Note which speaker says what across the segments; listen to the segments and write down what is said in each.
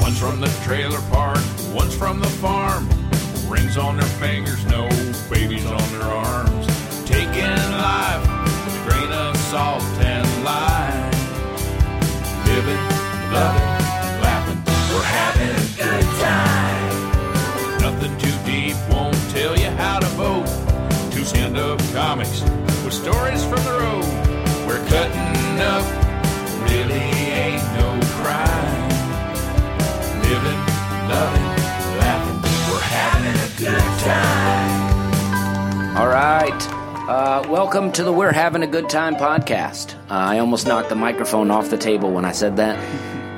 Speaker 1: One's from the trailer park, one's from the farm. Rings on their fingers, no babies on their arms. Taking life with a grain of salt and lime. Living, loving, laughing, we're having a good time. Nothing too deep won't tell you how to vote. Two stand-up comics with stories from the road. We're cutting up, really ain't no crime. Living, loving, laughing, we're having a good time.
Speaker 2: All right. Uh, welcome to the We're Having a Good Time podcast. Uh, I almost knocked the microphone off the table when I said that,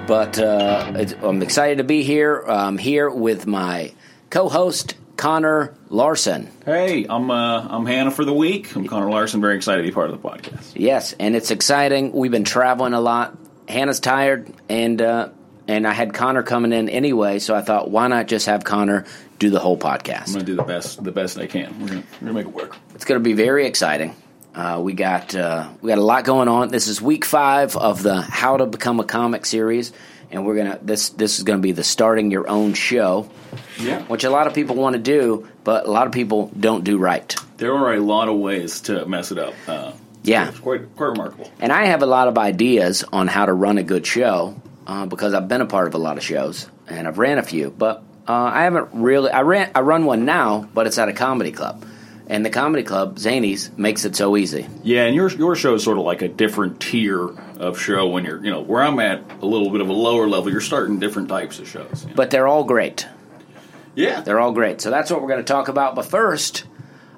Speaker 2: but uh, it's, I'm excited to be here. I'm here with my co host, Connor Larson.
Speaker 3: Hey, I'm uh, I'm Hannah for the week. I'm Connor Larson. Very excited to be part of the podcast.
Speaker 2: Yes, and it's exciting. We've been traveling a lot. Hannah's tired, and uh, and I had Connor coming in anyway, so I thought, why not just have Connor do the whole podcast?
Speaker 3: I'm gonna do the best the best I can. We're gonna, we're gonna make it work.
Speaker 2: It's going to be very exciting. Uh, we got uh, we got a lot going on. This is week five of the How to Become a Comic series, and we're gonna this this is going to be the starting your own show,
Speaker 3: Yeah.
Speaker 2: which a lot of people want to do, but a lot of people don't do right.
Speaker 3: There are a lot of ways to mess it up. Uh,
Speaker 2: Yeah.
Speaker 3: It's quite quite remarkable.
Speaker 2: And I have a lot of ideas on how to run a good show uh, because I've been a part of a lot of shows and I've ran a few, but uh, I haven't really. I ran I run one now, but it's at a comedy club, and the comedy club Zanies makes it so easy.
Speaker 3: Yeah, and your your show is sort of like a different tier of show when you're you know where I'm at a little bit of a lower level. You're starting different types of shows. you know?
Speaker 2: But they're all great.
Speaker 3: yeah,
Speaker 2: They're all great. So that's what we're going to talk about. But first,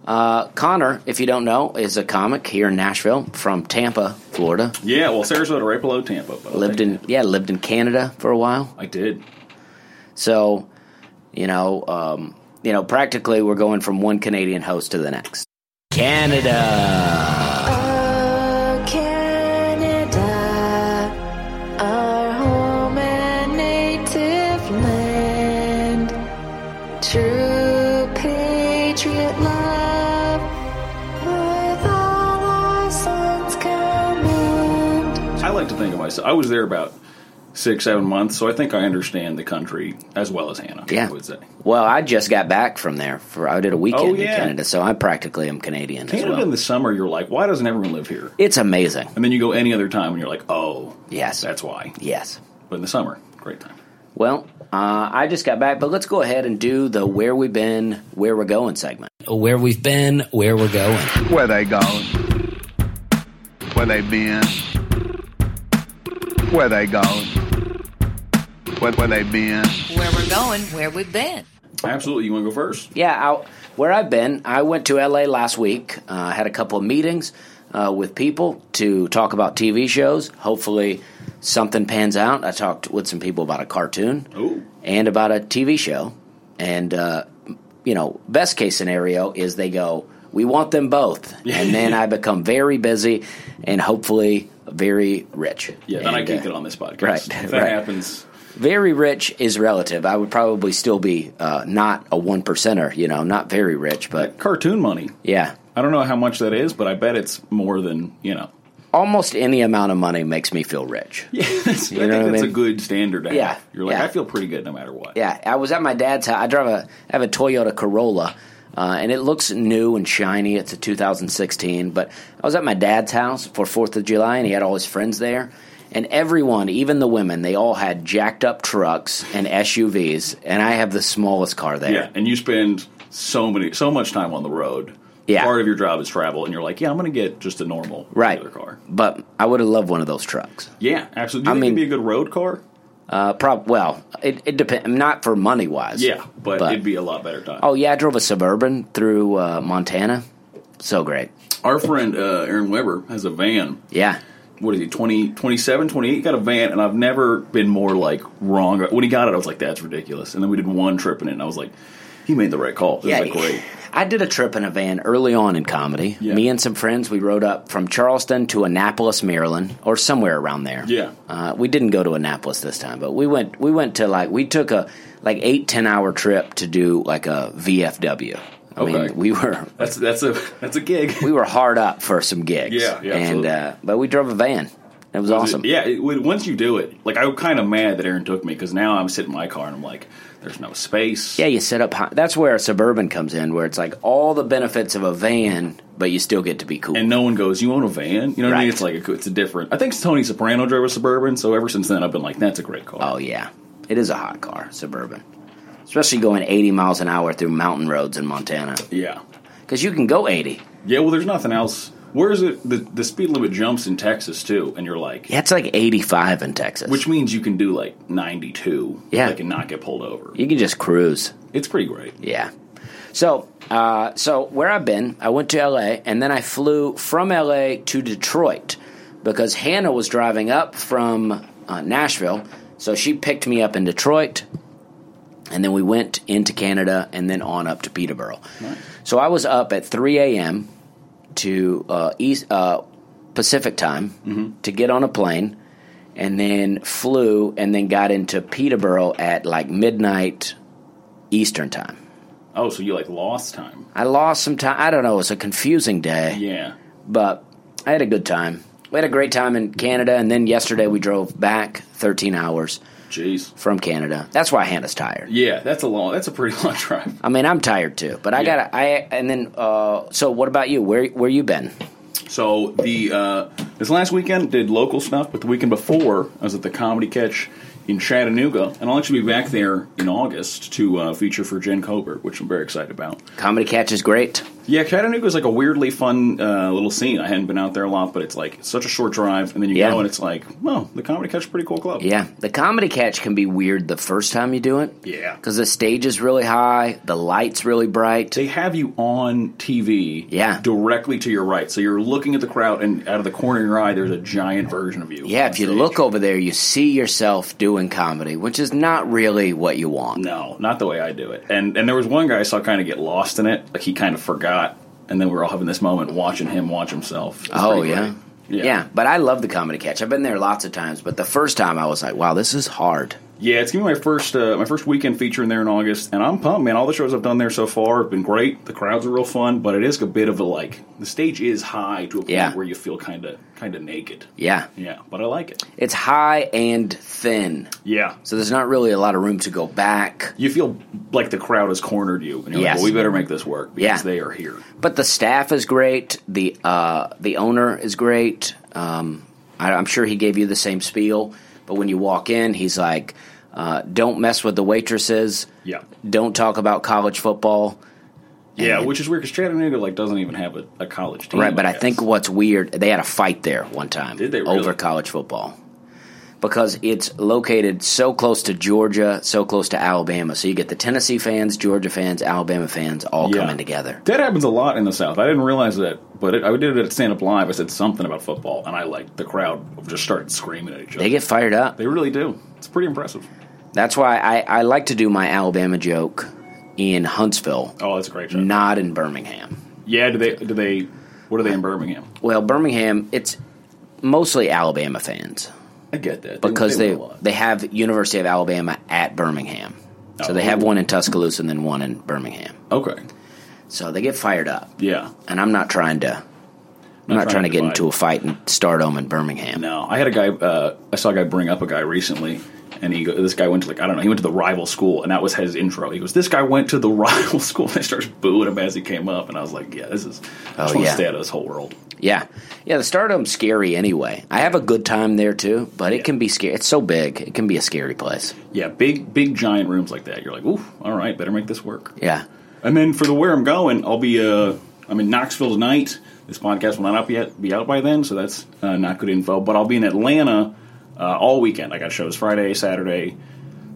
Speaker 2: uh, Connor, if you don't know, is a comic here in Nashville from Tampa, Florida.
Speaker 3: yeah. Well, Sarasota right below Tampa. But I'll
Speaker 2: Lived
Speaker 3: take
Speaker 2: in yeah, lived in Canada for a while.
Speaker 3: it. I did.
Speaker 2: So, you know, um, you know, practically we're going from one Canadian host to the next. Canada.
Speaker 4: Oh, Canada, our home and native land. True patriot love, with all our sons command.
Speaker 3: I like to think of myself. I was there about six seven months, so I think I understand the country as well as Hannah.
Speaker 2: Yeah.
Speaker 3: I would say.
Speaker 2: Well, I just got back from there for I did a weekend
Speaker 3: Oh,
Speaker 2: in
Speaker 3: yeah.
Speaker 2: Canada, so I practically am Canadian
Speaker 3: Canada
Speaker 2: as well.
Speaker 3: in the summer, you're like, why doesn't everyone live here?
Speaker 2: it's amazing.
Speaker 3: And then you go any other time and you're like, oh,
Speaker 2: Yes.
Speaker 3: that's why.
Speaker 2: Yes.
Speaker 3: But in the summer, great time.
Speaker 2: Well, uh, I just got back, but let's go ahead and do the where we've been, where we're going segment. Where we've been, where we're going.
Speaker 5: Where they going? Where they been? Where they going? Where, where they been?
Speaker 6: where we're going, where we've been.
Speaker 3: Absolutely. You want to go first?
Speaker 2: Yeah, I, where I've been, I went to LA last week. Uh, had a couple of meetings uh, with people to talk about TV shows. Hopefully, something pans out. I talked with some people about a cartoon
Speaker 3: Ooh.
Speaker 2: and about a TV show. And uh, you know, best case scenario is they go, "We want them both," and then I become very busy and hopefully very rich.
Speaker 3: Yeah, then I
Speaker 2: And,
Speaker 3: can't
Speaker 2: uh,
Speaker 3: get on this podcast.
Speaker 2: right,
Speaker 3: If that
Speaker 2: right.
Speaker 3: happens,
Speaker 2: very rich is relative. I would probably still be uh, not a one percenter, you know, not very rich, but
Speaker 3: cartoon money.
Speaker 2: yeah,
Speaker 3: I don't know how much that is, but I bet it's more than, you know.
Speaker 2: almost any amount of money makes me feel rich.
Speaker 3: Yeah, that's, I
Speaker 2: know
Speaker 3: think
Speaker 2: what I
Speaker 3: that's
Speaker 2: mean?
Speaker 3: a good standard to
Speaker 2: Yeah,
Speaker 3: have. You're like,
Speaker 2: yeah.
Speaker 3: I feel pretty good no matter what.
Speaker 2: Yeah, I was at my dad's house. I drive a I have a Toyota Corolla, uh, and it looks new and shiny. It's a 2016, but I was at my dad's house for Fourth of July, and he had all his friends there. And everyone, even the women, they all had jacked up trucks and SUVs, and I have the smallest car there.
Speaker 3: Yeah, and you spend so many, so much time on the road.
Speaker 2: Yeah.
Speaker 3: Part of your job is travel, and you're like, yeah, I'm going to get just a normal
Speaker 2: Right,
Speaker 3: regular car.
Speaker 2: but I would have loved one of those trucks.
Speaker 3: Yeah, absolutely. Do you
Speaker 2: I
Speaker 3: think
Speaker 2: mean-
Speaker 3: it'd be a good road car?
Speaker 2: Uh, prob well, it, it depends. Not for money wise.
Speaker 3: Yeah, but, it'd be a lot better time.
Speaker 2: Oh yeah, I drove a suburban through uh, Montana. So great.
Speaker 3: Our friend uh, Aaron Weber has a van.
Speaker 2: Yeah.
Speaker 3: What is he, 20, 27, 28? Got a van, and I've never been more like wrong. When he got it, I was like, that's ridiculous. And then we did one trip in it, and I was like, he made the right call. This
Speaker 2: Yeah,
Speaker 3: is like, great.
Speaker 2: I did a trip in a van early on in comedy.
Speaker 3: Yeah.
Speaker 2: Me and some friends, we rode up from Charleston to Annapolis, Maryland, or somewhere around there.
Speaker 3: Yeah.
Speaker 2: uh, we didn't go to Annapolis this time, but we went. We went to like we took a like eight ten hour trip to do like a VFW. I
Speaker 3: Okay.
Speaker 2: mean, we were
Speaker 3: That's that's a that's a gig.
Speaker 2: we were hard up for some gigs.
Speaker 3: Yeah, yeah,
Speaker 2: and
Speaker 3: absolutely.
Speaker 2: uh, but we drove a van, It was, awesome.
Speaker 3: Yeah, it, when- once you do it, like I'm kind of mad that Aaron took me because now I'm sitting in my car and I'm like, there's no space.
Speaker 2: Yeah, you set up high. That's where a suburban comes in, where it's like all the benefits of a van, but you still get to be cool.
Speaker 3: And no one goes, you own a van? You know what I mean?
Speaker 2: Right.
Speaker 3: It's like a, it's a different. I think Tony Soprano drove a Suburban, so ever since then I've been like, that's a great car.
Speaker 2: oh yeah, it is a hot car, suburban, especially going 80 miles an hour through mountain roads in Montana,
Speaker 3: Yeah,
Speaker 2: because you can go 80.
Speaker 3: yeah. Well, there's nothing else. Where is it? The, the speed limit jumps in Texas too, and you're like,
Speaker 2: Yeah, it's like 85 in Texas,
Speaker 3: which means you can do like 92,
Speaker 2: Yeah.
Speaker 3: like and not get pulled over.
Speaker 2: you can just cruise.
Speaker 3: It's pretty great.
Speaker 2: Yeah. So, uh, so where I've been, I went to LA and then I flew from LA to Detroit because Hannah was driving up from uh, Nashville. So she picked me up in Detroit and then we went into Canada and then on up to Peterborough. So I was up at 3 a.m. to uh, East uh, Pacific time to get on a plane and then flew and then got into Peterborough at like midnight Eastern time.
Speaker 3: Oh, so you like lost time?
Speaker 2: I lost some time. I don't know. It was a confusing day,
Speaker 3: Yeah.
Speaker 2: but I had a good time. We had a great time in Canada, and then yesterday we drove back 13 hours
Speaker 3: Jeez.
Speaker 2: from Canada. That's why Hannah's tired.
Speaker 3: Yeah, that's a long. That's a pretty long drive.
Speaker 2: I mean, I'm tired too, but I
Speaker 3: Yeah.
Speaker 2: gotta. I and then. Uh, so, what about you? Where where you been?
Speaker 3: So the uh, this last weekend did local stuff, but the weekend before I was at the Comedy Catch in Chattanooga, and I'll actually be back there in August to uh, feature for Jen Colbert, which I'm very excited about.
Speaker 2: Comedy Catch is great.
Speaker 3: Yeah, Chattanooga is like a weirdly fun uh, little scene. I hadn't been out there a lot, but it's like it's such a short drive, and then you
Speaker 2: Yeah.
Speaker 3: go and it's like, oh, the Comedy Catch is a pretty cool club.
Speaker 2: Yeah, the Comedy Catch can be weird the first time you do it.
Speaker 3: Yeah.
Speaker 2: because the stage is really high, the lights really bright.
Speaker 3: They have you on TV
Speaker 2: Yeah.
Speaker 3: directly to your right. So you're looking at the crowd, and out of the corner of your eye, there's a giant version of you.
Speaker 2: Yeah,
Speaker 3: on
Speaker 2: if you
Speaker 3: stage.
Speaker 2: look over there, you see yourself doing comedy, which is not really what you want.
Speaker 3: No, not the way I do it. And and there was one guy I saw kind of get lost in it. Like he kind of forgot, and then we were all having this moment watching him watch himself. It was
Speaker 2: Oh
Speaker 3: pretty
Speaker 2: yeah.
Speaker 3: great.
Speaker 2: yeah, But I love the comedy catch. I've been there lots of times, but the first time I was like, "Wow, this is hard."
Speaker 3: Yeah, It's gonna be my first uh, my first weekend featuring there in August, and I'm pumped, man. All the shows I've done there so far have been great. The crowds are real fun, but it is a bit of a like the stage is high to a point
Speaker 2: Yeah.
Speaker 3: where you feel kind of kind of naked.
Speaker 2: Yeah,
Speaker 3: Yeah, but I like it.
Speaker 2: it's high and thin,
Speaker 3: Yeah.
Speaker 2: so there's not really a lot of room to go back.
Speaker 3: You feel like the crowd has cornered you, and you're
Speaker 2: Yes.
Speaker 3: like, "Well, we better make this work because
Speaker 2: Yeah.
Speaker 3: they are here."
Speaker 2: But the staff is great. the uh, The owner is great. Um, I, I'm sure he gave you the same spiel. But when you walk in, he's like, uh, "Don't mess with the waitresses.
Speaker 3: Yeah,
Speaker 2: Don't talk about college football."
Speaker 3: yeah, which is weird because Chattanooga like doesn't even have a, a college team,
Speaker 2: Right, but I
Speaker 3: guess.
Speaker 2: think what's weird, they had a fight there one time
Speaker 3: Did they
Speaker 2: over
Speaker 3: really?
Speaker 2: college football because it's located so close to Georgia, so close to Alabama. So you get the Tennessee fans, Georgia fans, Alabama fans all
Speaker 3: Yeah.
Speaker 2: coming together.
Speaker 3: That happens a lot in the South. I didn't realize that, but it, I did it at Stand Up Live. I said something about football, and I like the crowd just started screaming at each other.
Speaker 2: They get fired up.
Speaker 3: They really do. It's pretty impressive.
Speaker 2: That's why I, I like to do my Alabama joke in Huntsville,
Speaker 3: Oh, that's a great show.
Speaker 2: not in Birmingham.
Speaker 3: yeah, do they? Do they? What are they in Birmingham?
Speaker 2: Well, Birmingham, it's mostly Alabama fans.
Speaker 3: I get that
Speaker 2: because they
Speaker 3: win a lot.
Speaker 2: they have University of Alabama at Birmingham. So they
Speaker 3: Oh.
Speaker 2: have one in Tuscaloosa and then one in Birmingham.
Speaker 3: okay,
Speaker 2: So they get fired up,
Speaker 3: yeah.
Speaker 2: and I'm not trying to. I'm not, trying, to get
Speaker 3: divide.
Speaker 2: into a fight in Stardom in Birmingham.
Speaker 3: No, I had a guy. Uh, I saw a guy bring up a guy recently, and he go- this guy went to like I don't know. He went to the rival school, and that was his intro. He goes, "This guy went to the rival school." And I starts booing him as he came up, and I was like, "Yeah, this is." I
Speaker 2: Oh,
Speaker 3: just want
Speaker 2: yeah.
Speaker 3: to stay out of this whole world.
Speaker 2: Yeah, yeah. The Stardom's scary anyway. I have a good time there too, but it can be scary. It's so big; it can be a scary place.
Speaker 3: Yeah, big, big, giant rooms like that. You're like, ooh, all right, better make this work.
Speaker 2: Yeah,
Speaker 3: And then for the where I'm going, I'll be, uh, I'm in Knoxville tonight. This podcast will not up yet, be out by then, so that's uh, not good info. But I'll be in Atlanta uh, all weekend. I got shows Friday, Saturday,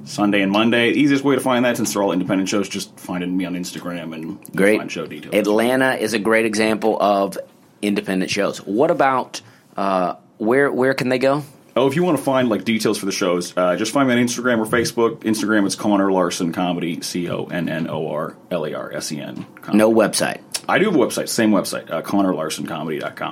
Speaker 3: Sunday, and Monday. The easiest way to find that, since they're all independent shows, just finding me on Instagram and you can
Speaker 2: great.
Speaker 3: find show details.
Speaker 2: Atlanta is a great example of independent shows. What about uh, where? Where can they go?
Speaker 3: Oh, if you want to find like details for the shows, uh, just find me on Instagram or Facebook. Instagram, it's Connor Larson Comedy, C O N N O R L A R S E N.
Speaker 2: No website.
Speaker 3: I do have a website, same website, uh, ConnorLarsonComedy.com.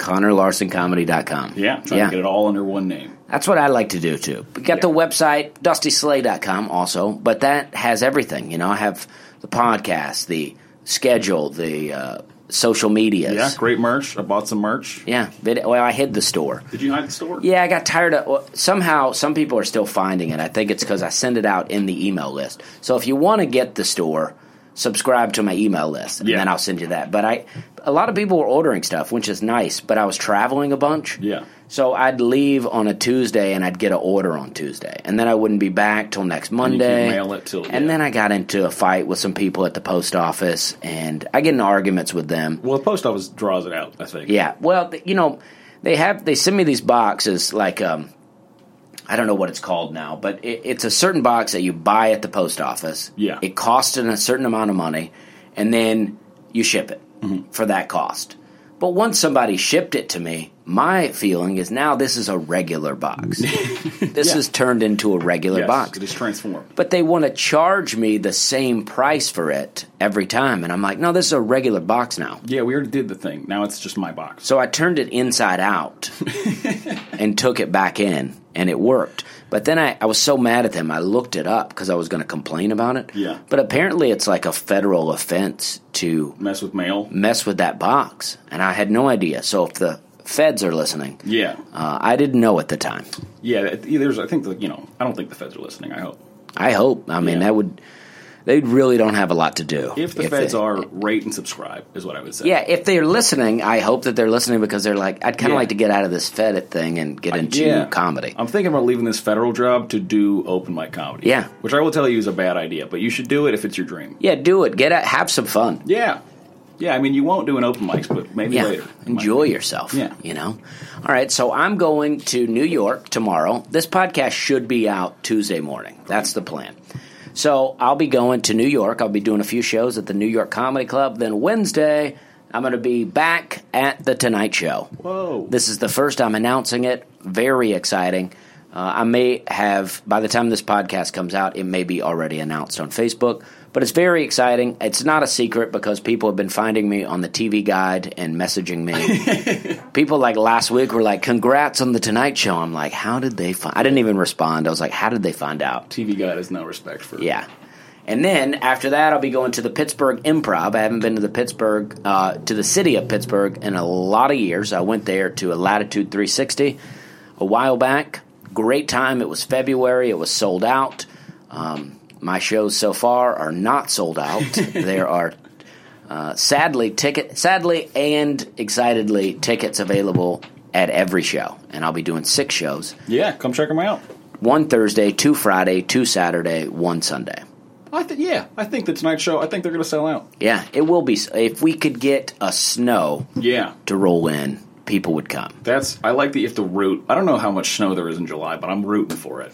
Speaker 2: ConnorLarsonComedy.com.
Speaker 3: yeah, trying to get it all under one name.
Speaker 2: That's what I like to do too. We got the website dustyslay.com also, but that has everything. You know, I have the podcast, the schedule, the uh, social medias.
Speaker 3: Yeah, great merch. I bought some merch.
Speaker 2: Yeah. Vid- well, I hid the store.
Speaker 3: Did you hide the store?
Speaker 2: Yeah, I got tired of well, somehow some people are still finding it. I think it's because I send it out in the email list. So if you want to get the store, subscribe to my email list, and
Speaker 3: Yeah.
Speaker 2: then I'll send you that. But I, a lot of people were ordering stuff, which is nice. But I was traveling a bunch,
Speaker 3: Yeah.
Speaker 2: So I'd leave on a Tuesday and I'd get an order on Tuesday, and then I wouldn't be back till next
Speaker 3: you couldn't
Speaker 2: Monday.
Speaker 3: mail it till-
Speaker 2: and
Speaker 3: yeah.
Speaker 2: then I got into a fight with some people at the post office, and I get in arguments with them.
Speaker 3: Well, the post office draws it out. I think.
Speaker 2: Yeah. Well, th- you know, they have they send me these boxes like um I don't know what it's called now, but it, it's a certain box that you buy at the post office.
Speaker 3: Yeah.
Speaker 2: It costs an, a certain amount of money, and then you ship it
Speaker 3: Mm-hmm.
Speaker 2: for that cost. But once somebody shipped it to me, my feeling is now this is a regular box. this is turned into a regular
Speaker 3: Yes,
Speaker 2: box
Speaker 3: It is transformed.
Speaker 2: but they want to charge me the same price for it every time and i'm like no this is a regular box now
Speaker 3: Yeah, we already did the thing. Now it's just my box.
Speaker 2: so I turned it inside out and took it back in, and it worked. But then I, I was so mad at them, I looked it up because I was going to complain about it.
Speaker 3: Yeah.
Speaker 2: But apparently, it's like a federal offense to
Speaker 3: Mess with mail.
Speaker 2: mess with that box, and I had no idea. So if the feds are listening,
Speaker 3: Yeah,
Speaker 2: uh, I didn't know at the time.
Speaker 3: yeah. that- There's, I think, the, you know, I don't think the feds are listening. I hope
Speaker 2: I hope. I mean,
Speaker 3: Yeah.
Speaker 2: that would. They really don't have a lot to do.
Speaker 3: if the feds are, rate and subscribe is what I would say.
Speaker 2: Yeah, if they're listening, I hope that they're listening because they're like, I'd kind of
Speaker 3: Yeah.
Speaker 2: like to get out of this Fed thing and get into
Speaker 3: Yeah.
Speaker 2: comedy.
Speaker 3: I'm thinking about leaving this federal job to do open mic comedy.
Speaker 2: Yeah.
Speaker 3: which I will tell you is a bad idea, but you should do it if it's your dream.
Speaker 2: Yeah, do it. Get out. Have some fun.
Speaker 3: Yeah, yeah. I mean, you won't do an open mics, but maybe
Speaker 2: Yeah,
Speaker 3: later.
Speaker 2: enjoy yourself.
Speaker 3: Yeah.
Speaker 2: you know. All right, so I'm going to New York tomorrow. This podcast should be out Tuesday morning. That's the plan. So I'll be going to New York. I'll be doing a few shows at the New York Comedy Club. Then Wednesday, I'm going to be back at the Tonight Show.
Speaker 3: Whoa.
Speaker 2: This is the first I'm announcing it. Very exciting. Uh, I may have, by the time this podcast comes out, it may be already announced on Facebook, but it's very exciting. It's not a secret because people have been finding me on the TV guide and messaging me. people like last week were like, Congrats on The Tonight Show. I'm like, How did they find I didn't even respond. I was like, How did they find out?
Speaker 3: TV guy has no respect for.
Speaker 2: Yeah. And then after that, I'll be going to the Pittsburgh Improv. I haven't been to the Pittsburgh, uh, to the city of Pittsburgh in a lot of years. I went there to a Latitude 360 a while back. Great time. It was February. It was sold out. Um, my shows so far are not sold out. there are uh, sadly ticket, sadly and excitedly tickets available at every show, and I'll be doing six shows
Speaker 3: Yeah, come check them out.
Speaker 2: one Thursday, two Friday, two Saturday, one Sunday.
Speaker 3: I th- yeah, I think the Tonight Show. I think they're going to sell out.
Speaker 2: Yeah, it will be. If we could get a snow
Speaker 3: Yeah,
Speaker 2: to roll in, people would come.
Speaker 3: that's. I like the if the root. I don't know how much snow there is in July, but I'm rooting for it.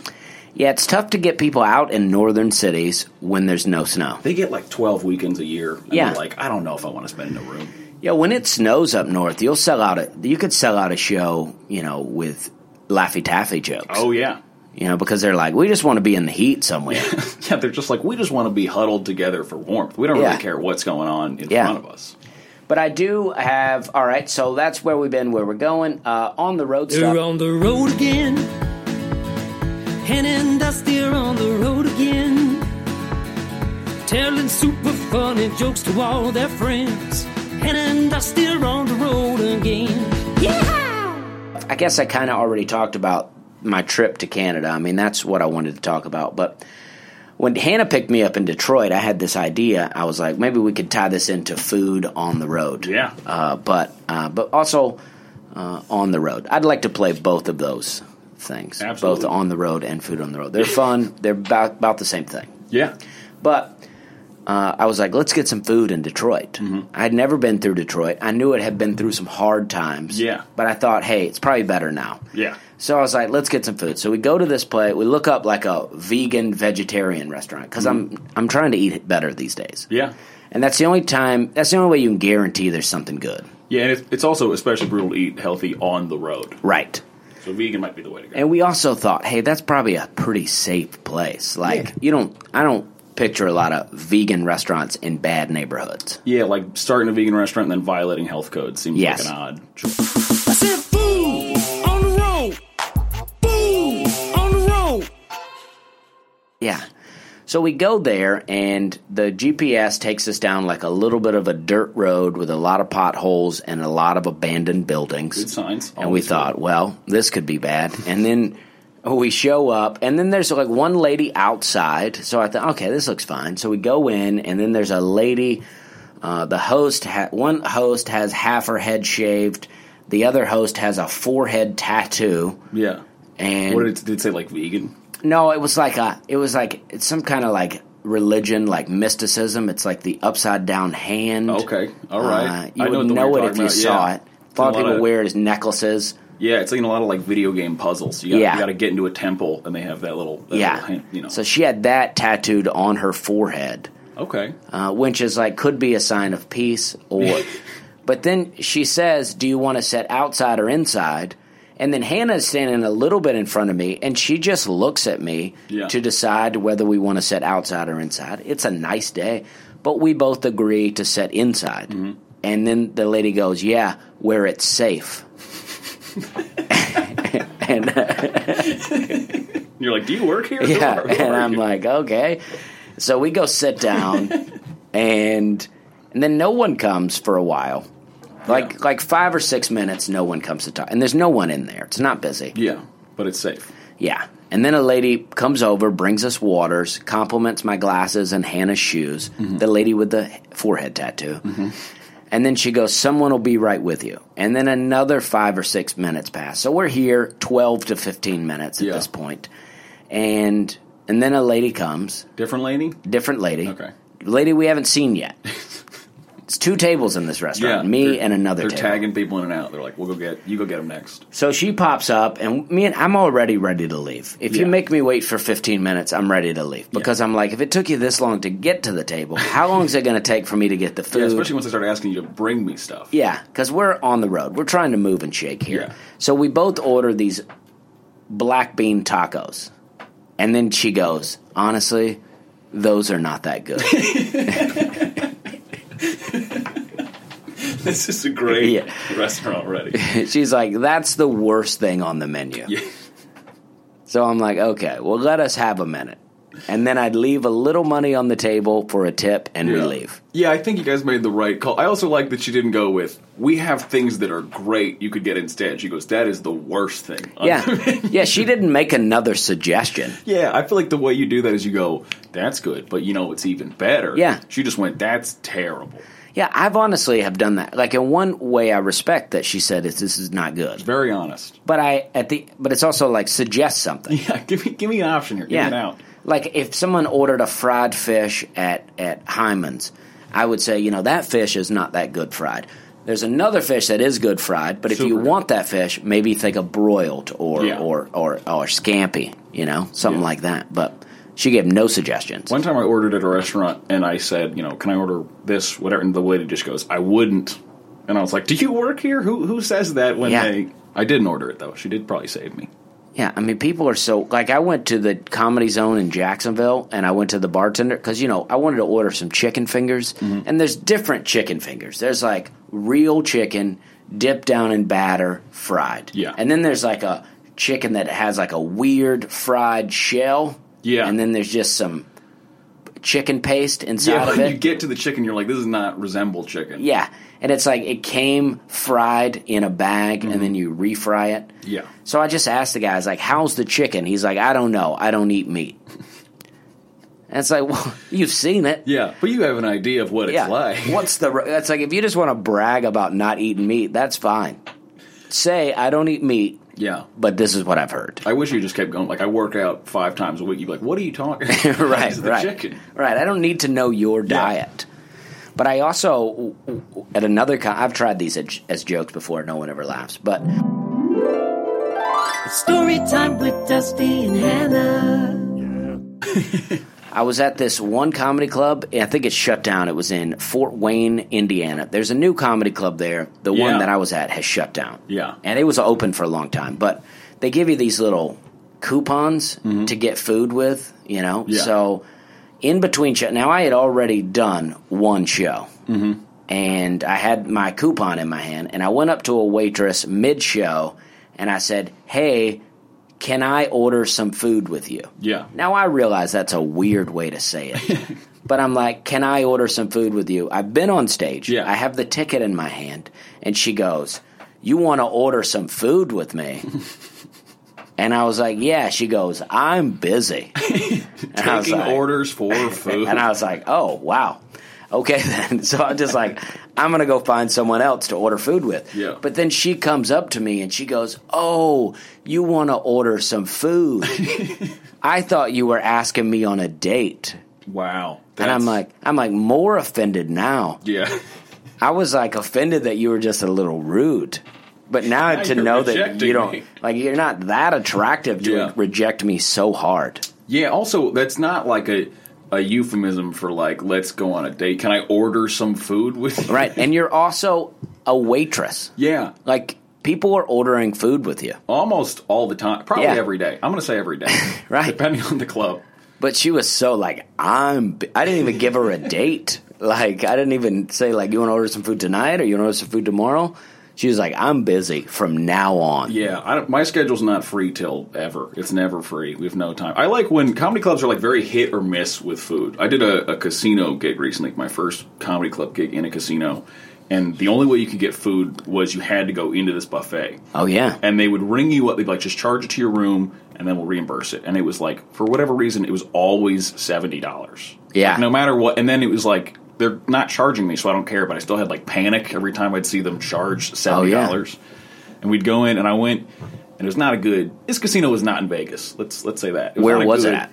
Speaker 2: Yeah, it's tough to get people out in northern cities when there's no snow.
Speaker 3: They get like 12 weekends a year. And
Speaker 2: Yeah.
Speaker 3: they're Like I don't know if I want to spend in a room.
Speaker 2: Yeah, when it snows up north, you'll sell out. A, you could sell out a show, you know, with laffy taffy jokes.
Speaker 3: Oh, yeah.
Speaker 2: you know, because they're like, we just want to be in the heat somewhere.
Speaker 3: Yeah, they're just like we just want to be huddled together for warmth. We don't
Speaker 2: Yeah.
Speaker 3: really care what's going on in
Speaker 2: Yeah.
Speaker 3: front of us.
Speaker 2: but I do have. All right, so that's where we've been, where we're going. Uh, on the road
Speaker 7: They're
Speaker 2: stuff.
Speaker 7: on the road again. Hen and Dusty are on the road again. Telling super funny jokes to all their friends. Hen and Dusty are on the road again.
Speaker 2: I guess I kind of already talked about my trip to Canada. I mean, that's what I wanted to talk about. But when Hannah picked me up in Detroit, I had this idea. I was like, maybe we could tie this into food on the road.
Speaker 3: Yeah.
Speaker 2: Uh, but uh, but also uh, on the road. I'd like to play both of those things,
Speaker 3: Absolutely.
Speaker 2: both on the road and food on the road. They're fun. They're about, about the same thing.
Speaker 3: Yeah.
Speaker 2: But uh, I was like, let's get some food in Detroit.
Speaker 3: Mm-hmm.
Speaker 2: I had never been through Detroit. I knew it had been through some hard times.
Speaker 3: Yeah.
Speaker 2: But I thought, hey, it's probably better now.
Speaker 3: Yeah.
Speaker 2: So I was like, let's get some food. So we go to this place. We look up like a vegan vegetarian restaurant because
Speaker 3: Mm-hmm.
Speaker 2: I'm I'm trying to eat better these days.
Speaker 3: Yeah.
Speaker 2: And that's the only time. That's the only way you can guarantee there's something good.
Speaker 3: Yeah, and it's, it's also especially brutal to eat healthy on the road.
Speaker 2: Right.
Speaker 3: So vegan might be the way to go.
Speaker 2: And we also thought, hey, that's probably a pretty safe place. Like you don't. I don't picture a lot of vegan restaurants in bad neighborhoods.
Speaker 3: yeah, like starting a vegan restaurant and then violating health code seems
Speaker 2: Yes.
Speaker 3: like an odd.
Speaker 7: I said, food on the road. Food on the road.
Speaker 2: Yeah. So we go there, and the GPS takes us down like a little bit of a dirt road with a lot of potholes and a lot of abandoned buildings.
Speaker 3: Good signs.
Speaker 2: And we
Speaker 3: Always
Speaker 2: thought, well, this could be bad. And then we show up, and then there's like one lady outside. So I thought, okay, this looks fine. So we go in, and then there's a lady. Uh, the host, ha- one host has half her head shaved. The other host has a forehead tattoo.
Speaker 3: Yeah.
Speaker 2: And
Speaker 3: What did it, did it say? Like vegan?
Speaker 2: no, it was like a, it was like it's some kind of like religion, like mysticism. It's like the upside down hand.
Speaker 3: Okay, all right.
Speaker 2: Uh, you
Speaker 3: I
Speaker 2: would
Speaker 3: the one
Speaker 2: know,
Speaker 3: you're
Speaker 2: it if
Speaker 3: talking
Speaker 2: you
Speaker 3: about,
Speaker 2: saw
Speaker 3: yeah.
Speaker 2: it. A lot of
Speaker 3: It's in
Speaker 2: people
Speaker 3: a
Speaker 2: wear it as necklaces.
Speaker 3: Yeah, it's like in a lot of like video game puzzles. You got
Speaker 2: Yeah.
Speaker 3: you got to get into a temple, and they have that little that
Speaker 2: yeah.
Speaker 3: little hand, you know.
Speaker 2: So she had that tattooed on her forehead,
Speaker 3: okay,
Speaker 2: uh, which is like could be a sign of peace or. but then she says, "Do you want to sit outside or inside?" And then Hannah's standing a little bit in front of me, and she just looks at me
Speaker 3: Yeah.
Speaker 2: to decide whether we want to sit outside or inside. It's a nice day, but we both agree to sit inside. And then the lady goes, "Yeah, where it's safe." and. Uh,
Speaker 3: you're like, do you work here?
Speaker 2: yeah,
Speaker 3: Where
Speaker 2: and
Speaker 3: are
Speaker 2: I'm
Speaker 3: you?
Speaker 2: like, okay. So we go sit down, and and then no one comes for a while, like
Speaker 3: Yeah.
Speaker 2: like five or six minutes. No one comes to talk, and there's no one in there. It's not busy.
Speaker 3: yeah, but it's safe.
Speaker 2: Yeah. And then a lady comes over, brings us waters, compliments my glasses and Hannah's shoes,
Speaker 3: Mm-hmm.
Speaker 2: the lady with the forehead tattoo. And then she goes, Someone will be right with you. And then another five or six minutes pass. So we're here 12 to 15 minutes at
Speaker 3: Yeah.
Speaker 2: this point. And and then a lady comes,
Speaker 3: Different lady.
Speaker 2: different lady.
Speaker 3: Okay.
Speaker 2: Lady we haven't seen yet. it's two tables in this restaurant, me
Speaker 3: they're-
Speaker 2: and another
Speaker 3: They're
Speaker 2: table.
Speaker 3: tagging people in and out. They're like, we'll go get you. Go get them next.
Speaker 2: So she pops up, and me and I'm already ready to leave. If you
Speaker 3: Yeah.
Speaker 2: make me wait for 15 minutes, I'm ready to leave because I'm like, if it took you this long to get to the table, how long is it going to take for me to get the
Speaker 3: Yeah,
Speaker 2: food?
Speaker 3: especially once they start asking you to bring me stuff.
Speaker 2: Yeah, because we're on the road. We're trying to move and shake here.
Speaker 3: Yeah.
Speaker 2: So we both order these black bean tacos. And then she goes, honestly, those are not that good.
Speaker 3: this is a great
Speaker 2: Yeah.
Speaker 3: restaurant already.
Speaker 2: She's like, that's the worst thing on the menu.
Speaker 3: Yeah.
Speaker 2: So I'm like, okay, well, let us have a minute. And then I'd leave a little money on the table for a tip and we
Speaker 3: Yeah.
Speaker 2: leave.
Speaker 3: Yeah, I think you guys made the right call. I also like that she didn't go with "We have things that are great you could get instead." She goes, "That is the worst thing." on
Speaker 2: Yeah.
Speaker 3: the menu."
Speaker 2: yeah, she didn't make another suggestion.
Speaker 3: yeah. I feel like the way you do that is you go, "That's good," but you know what's even better?
Speaker 2: Yeah.
Speaker 3: She just went, "That's terrible."
Speaker 2: Yeah, I've honestly have done that. Like in one way I respect that she said it's, this is not good.
Speaker 3: Very honest.
Speaker 2: But I at the but it's also like suggest something.
Speaker 3: Yeah, give me give me an option here. Give me an out.
Speaker 2: Like if someone ordered a fried fish at at Hyman's, I would say, you know, that fish is not that good fried. There's another fish that is good fried, but if you
Speaker 3: Super good.
Speaker 2: want that fish, maybe think of broiled or
Speaker 3: Yeah.
Speaker 2: or, or or scampi, you know, something
Speaker 3: Yeah.
Speaker 2: like that. But she gave no suggestions.
Speaker 3: One time I ordered at a restaurant and I said, you know, can I order this, whatever? And the lady just goes, I wouldn't. And I was like, do you work here? Who who says that when
Speaker 2: Yeah.
Speaker 3: they. I didn't order it though. She did probably save me.
Speaker 2: Yeah, I mean, people are so like. I went to the Comedy Zone in Jacksonville, and I went to the bartender because you know I wanted to order some chicken fingers,
Speaker 3: Mm-hmm.
Speaker 2: and there's different chicken fingers. There's like real chicken dipped down in batter, fried.
Speaker 3: Yeah.
Speaker 2: and then there's like a chicken that has like a weird fried shell.
Speaker 3: Yeah.
Speaker 2: and then there's just some chicken paste inside
Speaker 3: Yeah,
Speaker 2: of
Speaker 3: when
Speaker 2: it.
Speaker 3: you get to the chicken, you're like, this is not resemble chicken.
Speaker 2: yeah, and it's like it came fried in a bag,
Speaker 3: Mm-hmm.
Speaker 2: and then you refry it.
Speaker 3: Yeah.
Speaker 2: So I just asked the guy, I was like, how's the chicken? He's like, I don't know. I don't eat meat. And it's like, well, you've seen it.
Speaker 3: Yeah, but you have an idea of what it's like.
Speaker 2: What's the, that's like, if you just want to brag about not eating meat, that's fine. Say, I don't eat meat,
Speaker 3: Yeah.
Speaker 2: but this is what I've heard.
Speaker 3: I wish you just kept going. Like, I work out five times a week. You'd be like, what are you talking about?
Speaker 2: right,
Speaker 3: It's the
Speaker 2: right.
Speaker 3: chicken.
Speaker 2: Right. I don't need to know your diet. But I also, at another, con- I've tried these as, as jokes before. No one ever laughs. But
Speaker 7: Story time with Dusty and Hannah.
Speaker 2: I was at this one comedy club, and I think it shut down. It was in Fort Wayne, Indiana. There's a new comedy club there. The one
Speaker 3: Yeah.
Speaker 2: that I was at has shut down.
Speaker 3: Yeah.
Speaker 2: And it was open for a long time, but they give you these little coupons to get food with, you know?
Speaker 3: Mm-hmm. Yeah.
Speaker 2: So in between show, now I had already done one show. Mm-hmm. And I had my coupon in my hand, and I went up to a waitress mid show, and I said, Hey, Can I order some food with you?
Speaker 3: Yeah.
Speaker 2: Now I realize that's a weird way to say it. but I'm like, "Can I order some food with you?" I've been on stage.
Speaker 3: Yeah.
Speaker 2: I have the ticket in my hand, and she goes, "You want to order some food with me?" and I was like, "Yeah." She goes, "I'm busy." and I was
Speaker 3: Taking
Speaker 2: like-
Speaker 3: orders for food.
Speaker 2: and I was like, oh, wow. Okay, then. So I'm just like, I'm going to go find someone else to order food with.
Speaker 3: Yeah.
Speaker 2: But then she comes up to me and she goes, Oh, you want to order some food? I thought you were asking me on a date.
Speaker 3: wow.
Speaker 2: and I'm
Speaker 3: That's-
Speaker 2: like, I'm like more offended now.
Speaker 3: yeah.
Speaker 2: I was like offended that you were just a little rude. But now, to
Speaker 3: you're
Speaker 2: know that
Speaker 3: rejecting
Speaker 2: you don't,
Speaker 3: me.
Speaker 2: like, you're not that attractive to
Speaker 3: Yeah.
Speaker 2: reject me so hard.
Speaker 3: Yeah. Also, that's not like a a euphemism for like let's go on a date. Can I order some food with you?
Speaker 2: Right. and you're also a waitress.
Speaker 3: Yeah.
Speaker 2: Like people are ordering food with you.
Speaker 3: Almost all the time. Probably
Speaker 2: Yeah.
Speaker 3: every day. I'm going to say every day.
Speaker 2: Right.
Speaker 3: Depending on the club.
Speaker 2: But she was so like, I'm. b- I didn't even give her a date. Like I didn't even say like, you want to order some food tonight or you want to order some food tomorrow. She was like, I'm busy from now on.
Speaker 3: Yeah, I don't, my schedule's not free till ever. It's never free. We have no time. I like when comedy clubs are like very hit or miss with food. I did a, a casino gig recently, my first comedy club gig in a casino, and the only way you could get food was you had to go into this buffet.
Speaker 2: Oh yeah.
Speaker 3: And they would ring you up. They'd be like, just charge it to your room, and then we'll reimburse it. And it was like, for whatever reason, it was always seventy dollars.
Speaker 2: Yeah.
Speaker 3: Like, no matter what. And then it was like, they're not charging me, so I don't care. But I still had like panic every time I'd see them charge
Speaker 2: Oh,
Speaker 3: seventy
Speaker 2: yeah.
Speaker 3: dollars. And we'd go in, and I went, and it was not a good. This casino was not in Vegas. Let's let's say that.
Speaker 2: Where
Speaker 3: not a
Speaker 2: was it
Speaker 3: good-
Speaker 2: at?